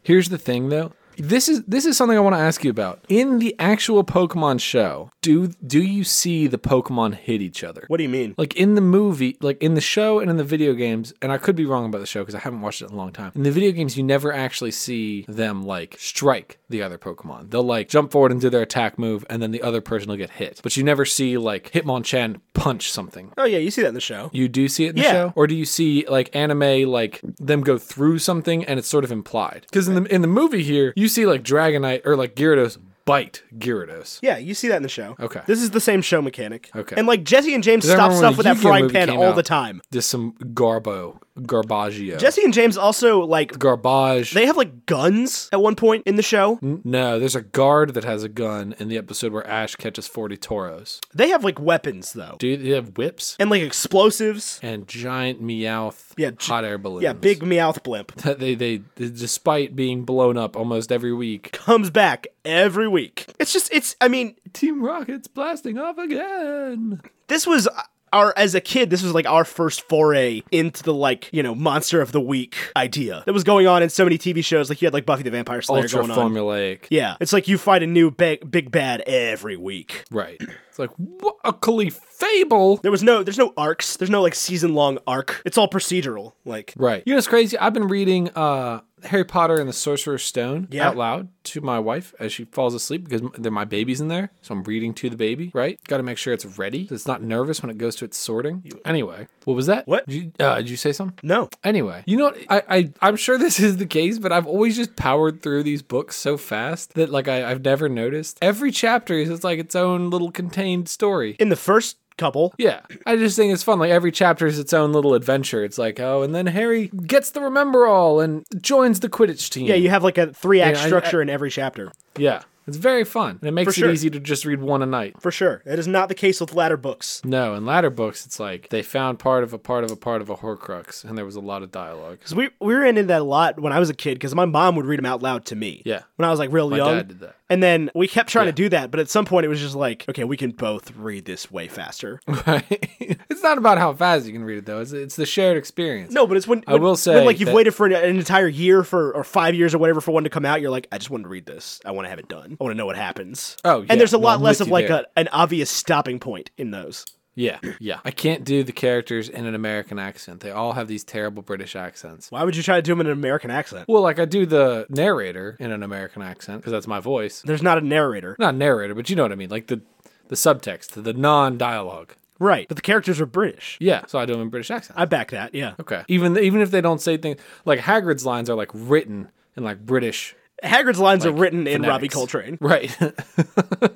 Speaker 1: Here's the thing, though. This is this is something I want to ask you about. In the actual Pokemon show, do do you see the Pokemon hit each other?
Speaker 2: What do you mean?
Speaker 1: Like in the movie, like in the show and in the video games, and I could be wrong about the show because I haven't watched it in a long time. In the video games, you never actually see them like strike the other Pokemon. They'll like jump forward and do their attack move, and then the other person will get hit. But you never see like Hitmonchan punch something.
Speaker 2: Oh yeah, you see that in the show.
Speaker 1: You do see it in the
Speaker 2: Yeah.
Speaker 1: show, or do you see like anime like them go through something and it's sort of implied? Because in the in the movie here, you see like Dragonite or like Gyarados bite Gyarados.
Speaker 2: Yeah, you see that in the show.
Speaker 1: Okay.
Speaker 2: This is the same show mechanic.
Speaker 1: Okay.
Speaker 2: And like Jesse and James
Speaker 1: I
Speaker 2: stop
Speaker 1: remember
Speaker 2: stuff
Speaker 1: when
Speaker 2: with
Speaker 1: the
Speaker 2: that
Speaker 1: Yu-Gi-Oh
Speaker 2: frying
Speaker 1: movie
Speaker 2: pan
Speaker 1: came
Speaker 2: all
Speaker 1: out.
Speaker 2: the time.
Speaker 1: There's some garbo, garbaggio,
Speaker 2: Jesse and James also like
Speaker 1: garbage.
Speaker 2: they have like guns at one point in the show.
Speaker 1: No, there's a guard that has a gun in the episode where Ash catches 40 toros.
Speaker 2: They have like weapons though.
Speaker 1: Do they have whips
Speaker 2: And like explosives.
Speaker 1: and giant meowth
Speaker 2: Yeah, gi-
Speaker 1: hot air balloons?
Speaker 2: Yeah, big meowth blimp.
Speaker 1: They, they, they, despite being blown up almost every week,
Speaker 2: comes back every week. It's just, it's, I mean,
Speaker 1: Team Rocket's blasting off again.
Speaker 2: this was our, as a kid, this was like our first foray into the, like, you know, monster of the week idea that was going on in so many TV shows. Like, you had, like, Buffy the Vampire Slayer
Speaker 1: Ultra
Speaker 2: going on.
Speaker 1: formulaic.
Speaker 2: Yeah. It's like you find a new big, big bad every week.
Speaker 1: Right. It's like, what a Kali fable.
Speaker 2: There was no, there's no arcs. There's no, like, season long arc. It's all procedural. Like,
Speaker 1: Right. You know what's crazy? I've been reading uh Harry Potter and the Sorcerer's Stone
Speaker 2: Yeah.
Speaker 1: out loud to my wife as she falls asleep because m- they're my babies in there. So I'm reading to the baby, right? Got to make sure it's ready. So it's not nervous when it goes to its sorting. Anyway, what was that?
Speaker 2: What?
Speaker 1: Did you, uh, did you say something?
Speaker 2: No.
Speaker 1: Anyway, you know what? I, I I'm sure this is the case, but I've always just powered through these books so fast that like I, I've never noticed. Every chapter is just like its own little contained story.
Speaker 2: In the first couple,
Speaker 1: Yeah, I just think it's fun. Like every chapter is its own little adventure. It's like oh, and then Harry gets the Remember All and joins the Quidditch team.
Speaker 2: yeah, you have like a three act
Speaker 1: Yeah, I-
Speaker 2: structure in every chapter.
Speaker 1: yeah. It's very fun, and it makes
Speaker 2: For sure.
Speaker 1: it easy to just read one a night.
Speaker 2: For sure. That is not the case with latter books.
Speaker 1: No, in latter books, it's like they found part of a part of a part of a Horcrux, and there was a lot of dialogue.
Speaker 2: Because we, we were into that a lot when I was a kid because my mom would read them out loud to me.
Speaker 1: Yeah.
Speaker 2: When I was like real
Speaker 1: My
Speaker 2: young.
Speaker 1: dad did that.
Speaker 2: And then we kept trying to do that, but at some point it was just like, okay, we can both read this way faster.
Speaker 1: Right? it's not about how fast you can read it though. It's, it's the shared experience.
Speaker 2: No, but it's when,
Speaker 1: I
Speaker 2: when-
Speaker 1: will say
Speaker 2: when, like you've
Speaker 1: that-
Speaker 2: waited for an, an entire year for or five years or whatever for one to come out. You're like, I just want to read this. I want to have it done. I want to know what happens.
Speaker 1: Oh, yeah.
Speaker 2: and there's a
Speaker 1: No,
Speaker 2: lot
Speaker 1: I'm
Speaker 2: less
Speaker 1: with
Speaker 2: of
Speaker 1: you
Speaker 2: like
Speaker 1: there.
Speaker 2: a, an obvious stopping point in those.
Speaker 1: Yeah, yeah. I can't do the characters in an American accent. They all have these terrible British accents.
Speaker 2: Why would you try to do them in an American accent?
Speaker 1: Well, like I do the narrator in an American accent because that's my voice.
Speaker 2: There's not a narrator,
Speaker 1: Not narrator, but you know what I mean. Like the the subtext, the non-dialogue.
Speaker 2: right? But the characters are British.
Speaker 1: Yeah, so I do them in British accent.
Speaker 2: I back that. Yeah,
Speaker 1: okay. Even even if they don't say things like Hagrid's lines are like written in like British
Speaker 2: Hagrid's lines are written in Robbie
Speaker 1: phonetics.
Speaker 2: Coltrane.
Speaker 1: Right.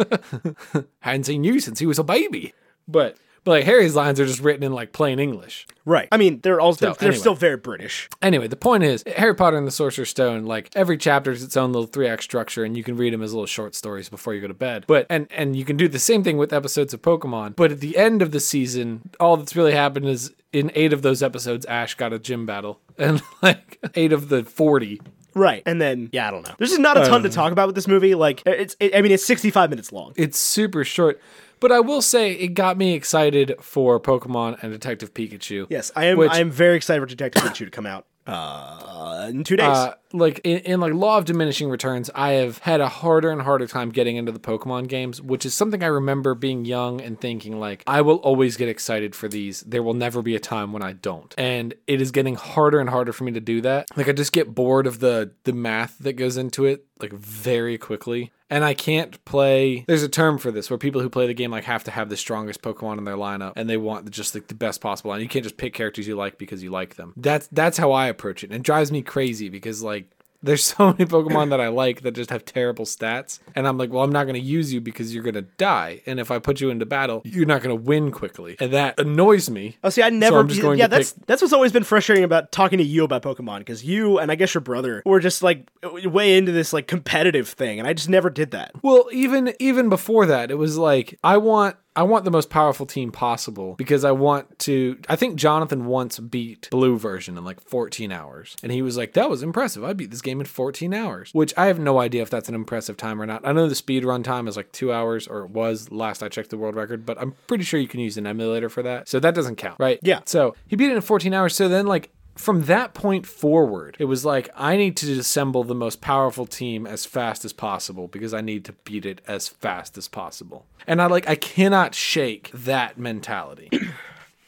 Speaker 1: Hadn't seen you since he was a baby. But but like Harry's lines are just written in like plain English.
Speaker 2: Right. I mean, they're all they're, they're
Speaker 1: anyway.
Speaker 2: still very British.
Speaker 1: Anyway, the point is Harry Potter and the Sorcerer's Stone, like every chapter is its own little three act structure, and you can read them as little short stories before you go to bed. But and and you can do the same thing with episodes of Pokemon. But at the end of the season, all that's really happened is in eight of those episodes, Ash got a gym battle. And like eight of the forty.
Speaker 2: Right. And then yeah, I don't know. Um, There's just not a ton to talk about with this movie. Like it's it, I mean, it's 65 minutes long.
Speaker 1: It's super short. But I will say it got me excited for Pokemon and Detective Pikachu.
Speaker 2: Yes, I am.
Speaker 1: Which-
Speaker 2: I am very excited for Detective Pikachu to come out uh, in two days.
Speaker 1: uh, like in, in like law of diminishing returns i have had a harder and harder time getting into the pokemon games which is something i remember being young and thinking like i will always get excited for these there will never be a time when i don't and it is getting harder and harder for me to do that like i just get bored of the the math that goes into it like very quickly and I can't play. There's a term for this where people who play the game like have to have the strongest Pokemon in their lineup, and they want just like the best possible line. You can't just pick characters you like because you like them. That's that's how I approach it, and it drives me crazy because like there's so many Pokemon that I like that just have terrible stats, and I'm like, well, I'm not gonna use you because you're gonna die, and if I put you into battle, you're not gonna win quickly, and that annoys me.
Speaker 2: Oh, see, I
Speaker 1: So
Speaker 2: never.
Speaker 1: I'm just going
Speaker 2: yeah,
Speaker 1: to
Speaker 2: that's that's what's always been frustrating about talking to you about Pokemon because you and I guess your brother were just like way into this like competitive thing, and I just never did that.
Speaker 1: Well, even even before that, it was like I want I want the most powerful team possible because I want to I think Jonathan once beat blue version in like 14 hours and he was like that was impressive. I beat this game in 14 hours, which I have no idea if that's an impressive time or not. I know the speed run time is like 2 hours or it was last I checked the world record, but I'm pretty sure you can use an emulator for that. So that doesn't count, right?
Speaker 2: Yeah.
Speaker 1: So, he beat it in 14 hours. So then like from that point forward, it was like I need to assemble the most powerful team as fast as possible because I need to beat it as fast as possible. And I like I cannot shake that mentality.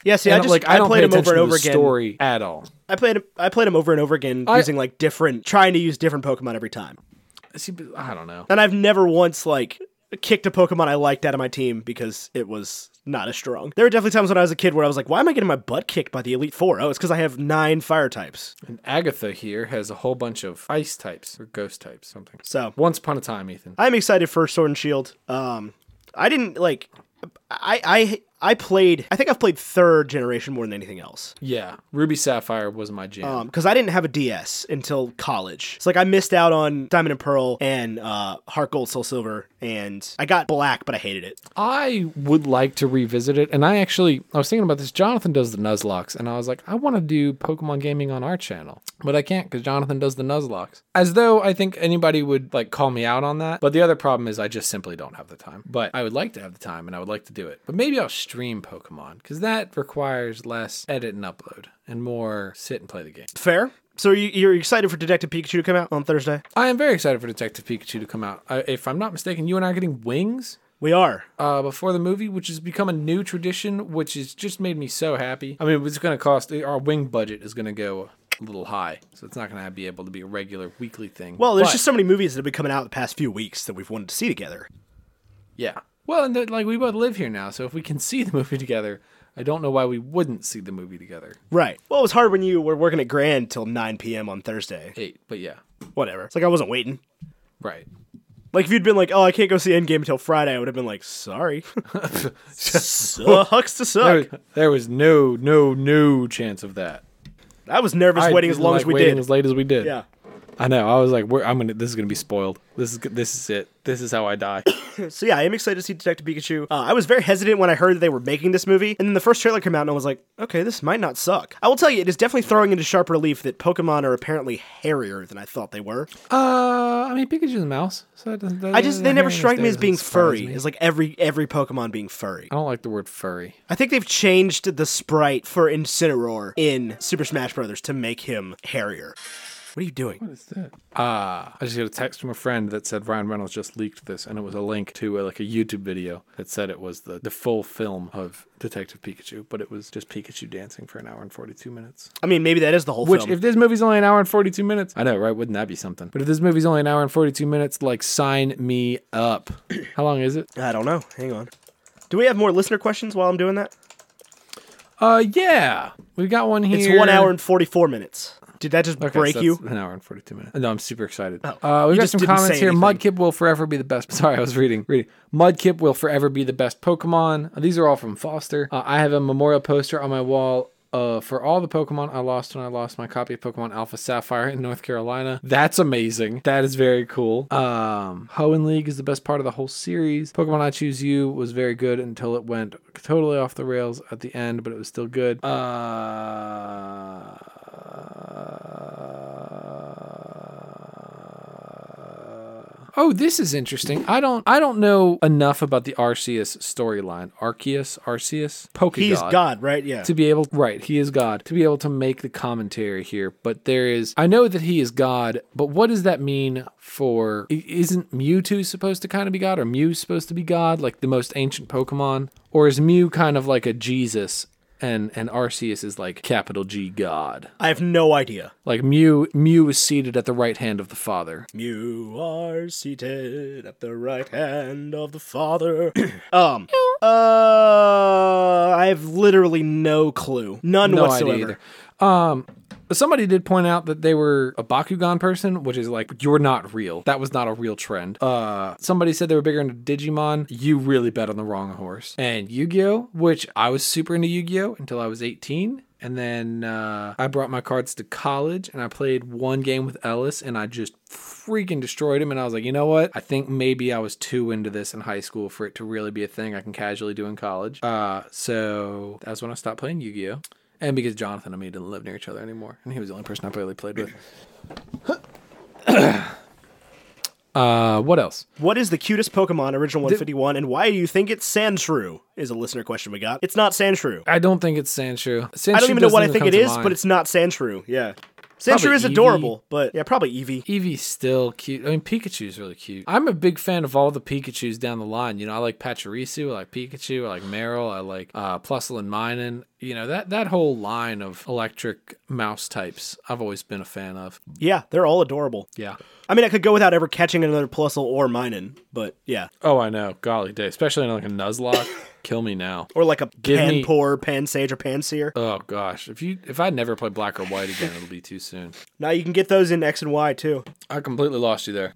Speaker 2: Yeah, see, I
Speaker 1: And
Speaker 2: just
Speaker 1: like
Speaker 2: I,
Speaker 1: don't
Speaker 2: played
Speaker 1: pay
Speaker 2: him
Speaker 1: attention
Speaker 2: over and
Speaker 1: to
Speaker 2: over
Speaker 1: the
Speaker 2: again.
Speaker 1: story at all.
Speaker 2: I played him- I played him over and over again using like different, trying to use different Pokemon every time,
Speaker 1: See, but I don't know.
Speaker 2: and I've never once like kicked a Pokemon I liked out of my team because it was not as strong. There were definitely times when I was a kid where I was like, why am I getting my butt kicked by the Elite Four? Oh, it's because I have nine Fire types.
Speaker 1: And Agatha here has a whole bunch of ice types or ghost types, something.
Speaker 2: So
Speaker 1: Once upon a time, Ethan.
Speaker 2: I'm excited for Sword and Shield. Um, I didn't like, I I I played. I think I've played third generation more than anything else.
Speaker 1: Yeah, Ruby Sapphire was my jam.
Speaker 2: Um, because I didn't have a DS until college. It's like I missed out on Diamond and Pearl and uh, Heart Gold, Soul Silver, and I got Black, but I hated it.
Speaker 1: I would like to revisit it. And I actually, I was thinking about this. Jonathan does the Nuzlocks, and I was like, I want to do Pokemon gaming on our channel, but I can't because Jonathan does the Nuzlocks. As though I think anybody would like call me out on that. But the other problem is I just simply don't have the time. But I would like to have the time, and I would like to do it. But maybe I'll stream Pokemon because that requires less edit and upload and more sit and play the game.
Speaker 2: Fair. So are you, you're excited for Detective Pikachu to come out on Thursday?
Speaker 1: I am very excited for Detective Pikachu to come out. I, if I'm not mistaken, you and I are getting wings
Speaker 2: We are.
Speaker 1: uh, before the movie, which has become a new tradition, which has just made me so happy. I mean, it's going to cost our wing budget is going to go little high, so it's not going to be able to be a regular weekly thing.
Speaker 2: Well, there's
Speaker 1: But-
Speaker 2: just so many movies that have been coming out the past few weeks that we've wanted to see together.
Speaker 1: yeah. Well, and that, like we both live here now, so if we can see the movie together, I don't know why we wouldn't see the movie together.
Speaker 2: Right. Well, it was hard when you were working at Grand till 9 p.m. on Thursday.
Speaker 1: Eight, but yeah,
Speaker 2: Whatever. It's like I wasn't waiting.
Speaker 1: right.
Speaker 2: Like if you'd been like, "Oh, I can't go see Endgame until Friday," I would have been like, "Sorry." Sucks to
Speaker 1: There,
Speaker 2: suck.
Speaker 1: there was no, no, no chance of that.
Speaker 2: I was nervous
Speaker 1: I
Speaker 2: waiting as
Speaker 1: didn't
Speaker 2: long
Speaker 1: like
Speaker 2: as we
Speaker 1: waiting
Speaker 2: did.
Speaker 1: as late as we did.
Speaker 2: yeah.
Speaker 1: I know. I was like, we're, I'm gonna. This is gonna be spoiled. This is g- this is it. This is how I die.
Speaker 2: So yeah, I am excited to see Detective Pikachu. Uh, I was very hesitant when I heard that they were making this movie, and then the first trailer came out, and I was like, "Okay, this might not suck." I will tell you, it is definitely throwing into sharp relief that Pokemon are apparently hairier than I thought they were.
Speaker 1: uh, I mean, Pikachu's a mouse, so that doesn't. that
Speaker 2: I just
Speaker 1: doesn't-
Speaker 2: they never
Speaker 1: hearing
Speaker 2: strike
Speaker 1: these
Speaker 2: me
Speaker 1: days
Speaker 2: as being
Speaker 1: Mm, doesn't surprise
Speaker 2: furry.
Speaker 1: me.
Speaker 2: It's like every every Pokemon being furry.
Speaker 1: I don't like the word furry.
Speaker 2: I think they've changed the sprite for Incineroar in Super Smash Brothers to make him hairier. What are you doing?
Speaker 1: What is that? Ah, I just got a text from a friend that said Ryan Reynolds just leaked this, and it was a link to uh like a YouTube video that said it was the the full film of Detective Pikachu, but it was just Pikachu dancing for an hour and forty two minutes.
Speaker 2: I mean, maybe that is the whole
Speaker 1: Which,
Speaker 2: film.
Speaker 1: if this movie's only an hour and 42 minutes, I know, right? Wouldn't that be something? But if this movie's only an hour and 42 minutes, like, sign me up. How long is it?
Speaker 2: I don't know. Hang on. Do we have more listener questions while I'm doing that?
Speaker 1: Uh, yeah. We've got one here.
Speaker 2: It's one hour and forty-four minutes. Did that just
Speaker 1: Okay, so
Speaker 2: break
Speaker 1: that's
Speaker 2: you?
Speaker 1: An hour and 42 minutes. No, I'm super excited.
Speaker 2: Oh,
Speaker 1: uh, we've
Speaker 2: you
Speaker 1: got
Speaker 2: just
Speaker 1: some
Speaker 2: didn't
Speaker 1: comments
Speaker 2: say
Speaker 1: here.
Speaker 2: anything.
Speaker 1: Mudkip will forever be the best. Sorry, I was reading. Reading. Mudkip will forever be the best Pokemon. Uh, These are all from Foster. Uh, I have a memorial poster on my wall. Uh, for all the Pokemon I lost when I lost my copy of Pokemon Alpha Sapphire in North Carolina. That's amazing. That is very cool. Um, Hoenn League is the best part of the whole series. Pokemon I Choose You was very good until it went totally off the rails at the end, but it was still good. Uh, Oh, this is interesting. I don't I don't know enough about the Arceus storyline. Arceus, Arceus, Pokegod.
Speaker 2: He's God, right? Yeah.
Speaker 1: To be able right, he is God. To be able to make the commentary here, but there is I know that he is God, but what does that mean for i- isn't Mewtwo supposed to kind of be God or Mew supposed to be God, like the most ancient Pokemon? Or is Mew kind of like a Jesus and and Arceus is like capital G God?
Speaker 2: I have no idea.
Speaker 1: Like Mew Mew is seated at the right hand of the Father.
Speaker 2: You are seated at the right hand of the Father. um. Uh. I have literally no clue. None
Speaker 1: no
Speaker 2: whatsoever.
Speaker 1: idea either. Um, but somebody did point out that they were a Bakugan person, which is like you're not real. That was not a real trend. Uh, somebody said they were bigger into Digimon. You really bet on the wrong horse. And Yu-Gi-Oh, which I was super into Yu-Gi-Oh until I was 18. And then uh, I brought my cards to college and I played one game with Ellis and I just freaking destroyed him. And I was like, you know what? I think maybe I was too into this in high school for it to really be a thing I can casually do in college. Uh, so that's when I stopped playing Yu Gi Oh! And because Jonathan and me didn't live near each other anymore, and he was the only person I really played with. uh, what else?
Speaker 2: What is the cutest Pokemon original 151 and why do you think it's Sandshrew? Is a listener question we got. It's not Sandshrew.
Speaker 1: I don't think it's Sandshrew. Sandshrew
Speaker 2: I don't even know
Speaker 1: doesn't
Speaker 2: what I think
Speaker 1: come
Speaker 2: it
Speaker 1: to
Speaker 2: is,
Speaker 1: mind.
Speaker 2: but it's not Sandshrew. Yeah. Sandshrew is
Speaker 1: Eevee.
Speaker 2: adorable, but yeah, probably Eevee.
Speaker 1: Eevee's still cute. I mean, Pikachu's really cute. I'm a big fan of all the Pikachu's down the line. You know, I like Pachirisu, I like Pikachu, I like Meryl, I like uh, Plusle and Minun. You know, that, that whole line of electric mouse types, I've always been a fan of.
Speaker 2: Yeah, they're all adorable.
Speaker 1: Yeah.
Speaker 2: I mean, I could go without ever catching another Plusle or Minun, but yeah.
Speaker 1: Oh, I know. Golly day. Especially in like a Nuzlocke. Kill me now.
Speaker 2: Or like a
Speaker 1: Give me-
Speaker 2: Panpour, Pansage, or Panseer.
Speaker 1: Oh gosh, if you if I never play black or white again, it'll be too soon.
Speaker 2: Now you can get those in X and Y too.
Speaker 1: I completely lost you there.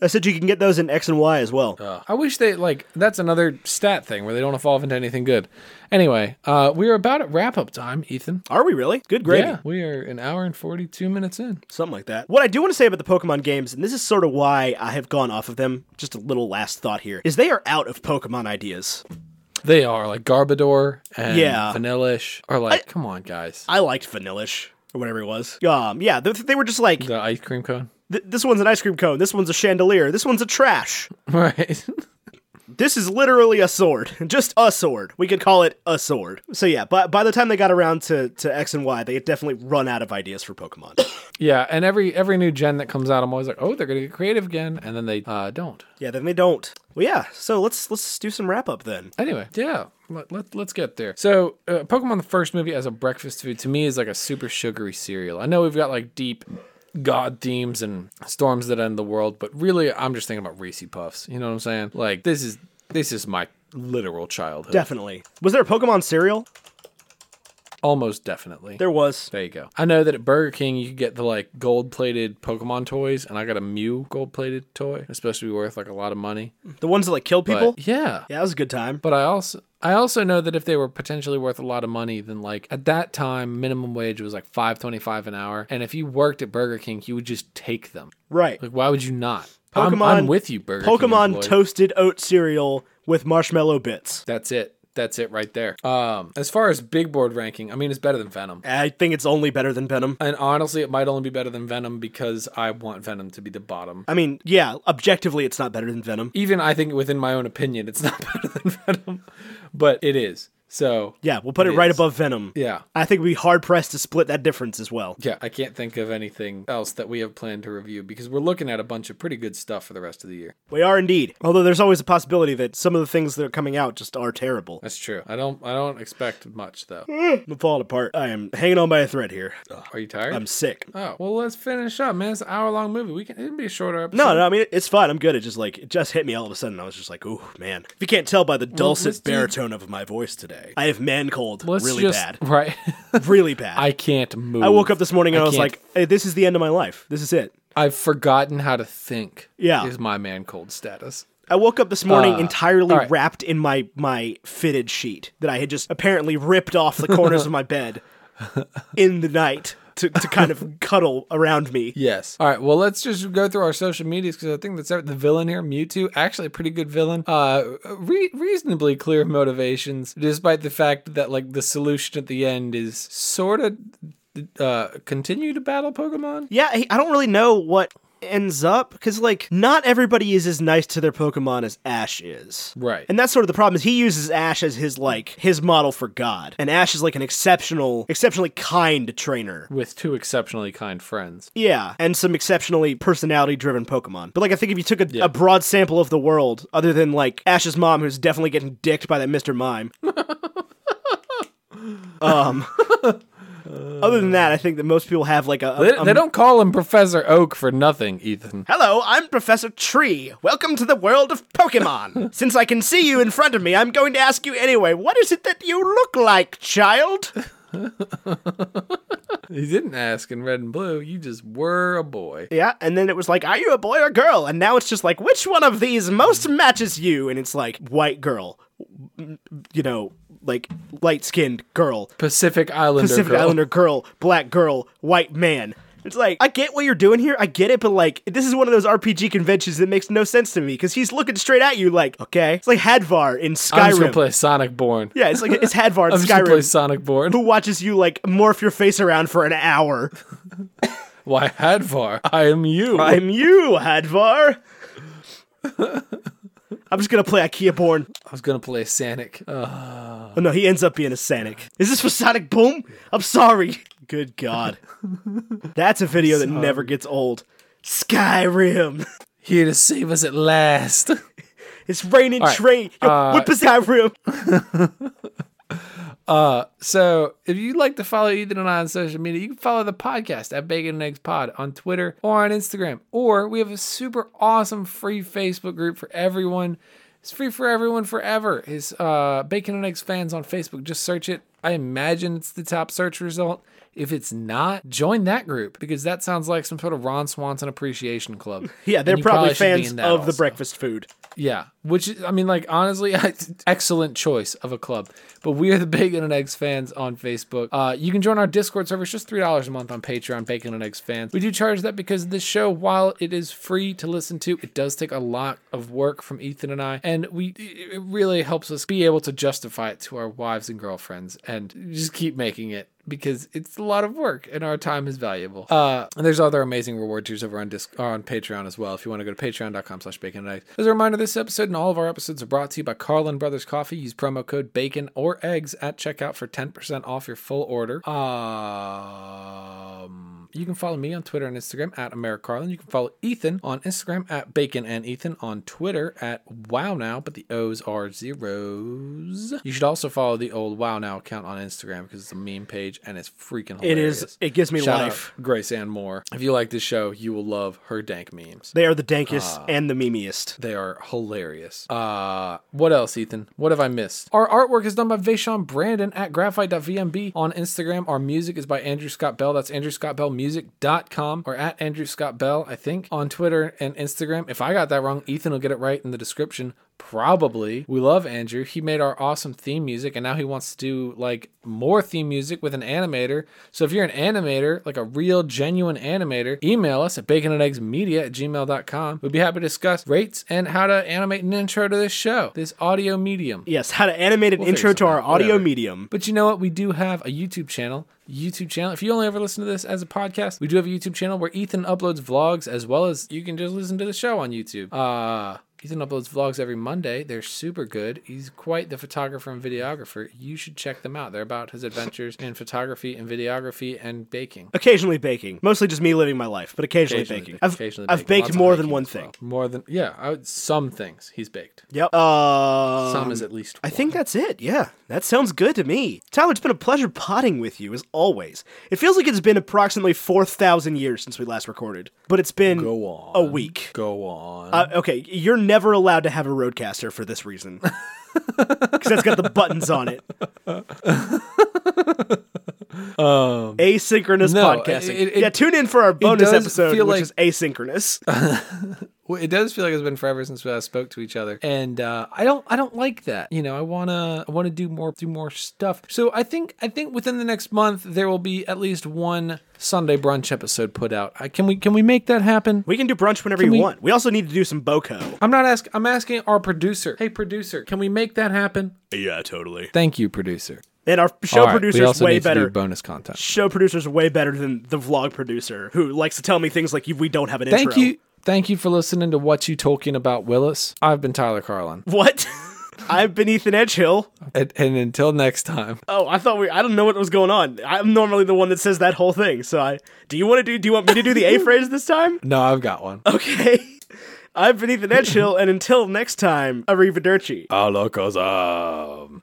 Speaker 2: I said you can get those in X and Y as well.
Speaker 1: Uh, I wish they like that's another stat thing where they don't evolve into anything good. Anyway, uh, we are about at wrap up time, Ethan.
Speaker 2: Are we really? Good gravy.
Speaker 1: Yeah, we are an hour and forty two minutes in.
Speaker 2: something like that. What I do want to say about the Pokemon games, and this is sort of why I have gone off of them, just a little last thought here, is they are out of Pokemon ideas.
Speaker 1: They are like Garbodor and
Speaker 2: Yeah.
Speaker 1: Vanillish are like, come on guys,
Speaker 2: I liked Vanillish or whatever it was. Um, yeah, they, they were just like
Speaker 1: the ice cream cone,
Speaker 2: th- this one's an ice cream cone, this one's a chandelier, this one's a trash.
Speaker 1: right?
Speaker 2: This is literally a sword. Just a sword. We could call it a sword. So yeah, but by the time they got around to, to X and Y, they had definitely run out of ideas for Pokemon.
Speaker 1: Yeah, and every every new gen that comes out, I'm always like, oh, they're gonna get creative again, and then they uh, don't.
Speaker 2: yeah, then they don't. Well yeah, so let's let's do some wrap up then.
Speaker 1: Anyway, yeah, let, let, us get there. So, uh, Pokemon the first movie as a breakfast food to me is like a super sugary cereal. I know we've got like deep god themes and storms that end the world, but really, I'm just thinking about Reese Puffs. You know what I'm saying? Like this is this is my literal childhood.
Speaker 2: Definitely. Was there a Pokemon cereal?
Speaker 1: Almost definitely.
Speaker 2: There was.
Speaker 1: There you go. I know that at Burger King you could get the like gold plated Pokemon toys, and I got a Mew gold plated toy. It's supposed to be worth like a lot of money.
Speaker 2: The ones that like killed people?
Speaker 1: But yeah.
Speaker 2: Yeah, that was a good time.
Speaker 1: But I also I also know that if they were potentially worth a lot of money, then like at that time minimum wage was like five twenty five an hour. And if you worked at Burger King, you would just take them.
Speaker 2: Right.
Speaker 1: Like why would you not? I'm- I'm,
Speaker 2: Pokemon-
Speaker 1: with you, Burger King
Speaker 2: Pokemon
Speaker 1: employee.
Speaker 2: toasted oat cereal with marshmallow bits.
Speaker 1: That's it. That's it right there. Um, as far as big board ranking, I mean it's better than Venom.
Speaker 2: I think it's only better than Venom.
Speaker 1: And honestly, it might only be better than Venom because I want Venom to be the bottom.
Speaker 2: I mean, yeah, objectively, it's not better than Venom.
Speaker 1: Even I think within my own opinion, it's not better than Venom, but it is. So
Speaker 2: Yeah, we'll put it,
Speaker 1: It
Speaker 2: right
Speaker 1: is.
Speaker 2: above Venom.
Speaker 1: yeah.
Speaker 2: I think we'd be hard pressed to split that difference as well.
Speaker 1: Yeah, I can't think of anything else that we have planned to review because we're looking at a bunch of pretty good stuff for the rest of the year.
Speaker 2: We are indeed. Although there's always a possibility that some of the things that are coming out just are terrible.
Speaker 1: That's true. I don't I don't expect much though.
Speaker 2: I'm falling apart. I am hanging on by a thread here.
Speaker 1: Are you tired?
Speaker 2: I'm sick.
Speaker 1: oh well, let's finish up, man. It's an hour long movie. We can it can be a shorter episode.
Speaker 2: No, no, I mean it's fine. I'm good. It just like it just hit me all of a sudden. I was just like, "Ooh, man!" If you can't tell by the
Speaker 1: let's
Speaker 2: dulcet
Speaker 1: do-
Speaker 2: baritone of my voice today, I have man cold,
Speaker 1: let's
Speaker 2: really
Speaker 1: just,
Speaker 2: bad,
Speaker 1: Right.
Speaker 2: really bad.
Speaker 1: I can't move.
Speaker 2: I woke up this morning and I, was
Speaker 1: can't-
Speaker 2: like, hey, this is the end of my life. This is it.
Speaker 1: I've forgotten how to think.
Speaker 2: Yeah.
Speaker 1: Is my man cold status.
Speaker 2: I woke up this morning
Speaker 1: Uh,
Speaker 2: entirely
Speaker 1: all right.
Speaker 2: wrapped in my my fitted sheet that I had just apparently ripped off the corners of my bed in the night to, to kind of cuddle around me.
Speaker 1: Yes. All right. Well, let's just go through our social medias because I think that's it. the villain here, Mewtwo, actually a pretty good villain. Uh, re- reasonably clear motivations, despite the fact that like the solution at the end is sort of uh, continue to battle Pokemon.
Speaker 2: Yeah, I I don't really know what ends up because like not everybody is as nice to their Pokemon as Ash is.
Speaker 1: Right.
Speaker 2: And that's sort of the problem is he uses Ash as his like his model for God. And Ash is like an exceptional exceptionally kind trainer.
Speaker 1: With two exceptionally kind friends.
Speaker 2: Yeah, and some exceptionally personality driven Pokemon. But like I think if you took a, a broad sample of the world, other than like Ash's mom who's definitely getting dicked by that Mr. Mime. um Other than that, I think that most people have like a, a-
Speaker 1: They,
Speaker 2: a-
Speaker 1: they don't call him Professor Oak for nothing, Ethan.
Speaker 2: Hello, I'm Professor Tree. Welcome to the world of Pokemon. Since I can see you in front of me, I'm going to ask you anyway, what is it that you look like, child?
Speaker 1: He didn't ask in red and blue. You just were a boy.
Speaker 2: Yeah, and then it was like, are you a boy or girl? And now it's just like, which one of these most matches you? And it's like, white girl, m- you know, like light skinned girl,
Speaker 1: Pacific Islander.
Speaker 2: Pacific
Speaker 1: girl.
Speaker 2: Islander girl, black girl, white man. It's like, I get what you're doing here. I get it, but like, this is one of those RPG conventions that makes no sense to me because he's looking straight at you like, okay. It's like Hadvar in
Speaker 1: I'm just gonna
Speaker 2: Skyrim.
Speaker 1: play Sonic Born.
Speaker 2: Yeah, it's like, it's Hadvar in
Speaker 1: I'm just gonna play
Speaker 2: Skyrim.
Speaker 1: Sonic Born.
Speaker 2: Who watches you like morph your face around for an hour?
Speaker 1: Why Hadvar? I am you.
Speaker 2: I'm you, Hadvar. I'm just gonna play IKEA Born.
Speaker 1: I was gonna play Sonic. Uh,
Speaker 2: Oh no, he ends up being a Sonic. Is this for Sonic Boom? I'm sorry. Good God, that's a video that never gets old. Skyrim.
Speaker 1: here to save us at last.
Speaker 2: It's raining
Speaker 1: right, Uh,
Speaker 2: train. Yo, whip a Skyrim.
Speaker 1: so, if you'd like to follow Ethan and I on social media, you can follow the podcast at Bacon and Eggs Pod on Twitter or on Instagram. Or we have a super awesome free Facebook group for everyone. It's free for everyone forever. Is uh, Bacon and Eggs fans on Facebook? Just search it. I imagine it's the top search result. If it's not, join that group because that sounds like some sort of Ron Swanson appreciation club.
Speaker 2: Yeah,
Speaker 1: And
Speaker 2: they're
Speaker 1: you
Speaker 2: probably,
Speaker 1: should be
Speaker 2: fans
Speaker 1: in
Speaker 2: of
Speaker 1: that
Speaker 2: the
Speaker 1: also.
Speaker 2: breakfast food.
Speaker 1: Yeah, which is, I mean, like honestly, excellent choice of a club. But we are the Bacon and Eggs fans on Facebook. Uh, you can join our Discord server. It's just three dollars a month on Patreon. Bacon and Eggs fans. We do charge that because this show, while it is free to listen to, it does take a lot of work from Ethan and I, and we it really helps us be able to justify it to our wives and girlfriends, and just keep making it because it's a lot of work and our time is valuable. Uh, and there's other amazing reward tiers over on disc or on Patreon as well. If you want to go to patreon.com slash bacon and eggs. As a reminder, this episode and all of our episodes are brought to you by Carlin Brothers Coffee. Use promo code bacon or eggs at checkout for 10% off your full order. Um you can follow me on Twitter and Instagram at AmeriCarlin. You can follow Ethan on Instagram at Bacon and Ethan on Twitter at Wow Now, but the O's are zeros. You should also follow the old Wow Now account on Instagram because it's a meme page and it's freaking
Speaker 2: It
Speaker 1: hilarious.
Speaker 2: is. It gives me
Speaker 1: Shout
Speaker 2: life.
Speaker 1: out Grace Ann Moore. If you like this show, you will love her dank memes.
Speaker 2: They are the dankest
Speaker 1: Ah.
Speaker 2: and the memeiest.
Speaker 1: They are hilarious. Uh, what else, Ethan? What have I missed? Our artwork is done by Vaishon Brandon at graphite.vmb on Instagram. Our music is by Andrew Scott Bell. That's andrewscottbellmusic.com or at Andrew Scott Bell, I think, on Twitter and Instagram. If I got that wrong, Ethan will get it right in the description. Probably. We love Andrew. He made our awesome theme music, and now he wants to do like more theme music with an animator. So if you're an animator, like a real, genuine animator, email us at baconandeggsmedia at gmail.com. We'd be happy to discuss rates and how to animate an intro to this show, this audio medium.
Speaker 2: Yes, how to animate an
Speaker 1: figure
Speaker 2: intro to
Speaker 1: something
Speaker 2: our
Speaker 1: out.
Speaker 2: audio
Speaker 1: Whatever.
Speaker 2: medium.
Speaker 1: But you know what? We do have a YouTube channel. YouTube channel. If you only ever listen to this as a podcast, we do have a YouTube channel where Ethan uploads vlogs as well as you can just listen to the show on YouTube. Uh Ethan uploads vlogs every Monday. They're super good. He's quite the photographer and videographer. You should check them out. They're about his adventures in photography and videography and baking.
Speaker 2: Occasionally baking, mostly just me living my life, but occasionally, baking. I've,
Speaker 1: occasionally
Speaker 2: I've
Speaker 1: baking.
Speaker 2: baked
Speaker 1: Lots of
Speaker 2: more than
Speaker 1: baking
Speaker 2: one
Speaker 1: as well.
Speaker 2: thing.
Speaker 1: More than yeah, I would, some things he's baked.
Speaker 2: Yep. Uh,
Speaker 1: Some is at least.
Speaker 2: I think that's it. Yeah, that sounds good to me. Tyler, it's been a pleasure potting with you as always. It feels like it's been approximately four thousand years since we last recorded, but it's been
Speaker 1: go on
Speaker 2: a week.
Speaker 1: Go on.
Speaker 2: Uh, okay, you're never allowed to have a roadcaster for this reason. Because that's got the buttons on it.
Speaker 1: Um,
Speaker 2: asynchronous
Speaker 1: no,
Speaker 2: podcasting.
Speaker 1: it- it-
Speaker 2: yeah, tune in for our bonus
Speaker 1: does
Speaker 2: episode, which
Speaker 1: feel like-
Speaker 2: is asynchronous.
Speaker 1: Well, it does feel like it's been forever since we last spoke to each other, and uh, I don't, I don't like that. You know, I wanna, I wanna do more, do more stuff. So I think, I think within the next month there will be at least one Sunday brunch episode put out. I, can we, can we make that happen?
Speaker 2: We can do brunch whenever you
Speaker 1: we-
Speaker 2: want. We also need to do some boco.
Speaker 1: I'm not asking. I'm asking our producer. Hey, producer, can we make that happen?
Speaker 2: Yeah, totally.
Speaker 1: Thank you, producer.
Speaker 2: And our show
Speaker 1: All right, we
Speaker 2: producer's
Speaker 1: also
Speaker 2: way
Speaker 1: need to do
Speaker 2: better.
Speaker 1: bonus content.
Speaker 2: show producer's way better than the vlog producer who likes to tell me things like we don't have an
Speaker 1: Thank
Speaker 2: intro.
Speaker 1: you, thank you for listening to what you talking about, Willis. I've been Tyler Carlin,
Speaker 2: What? I've been Ethan Edgehill.
Speaker 1: and, and until next time.
Speaker 2: Oh, I thought we. I don't know what was going on. I'm normally the one that says that whole thing. So I. Do you want to do? Do you want me to do the A phrase this time?
Speaker 1: No, I've got one.
Speaker 2: Okay. I've been Ethan Edgehill, and until next time, arrivederci.
Speaker 1: Alakazam.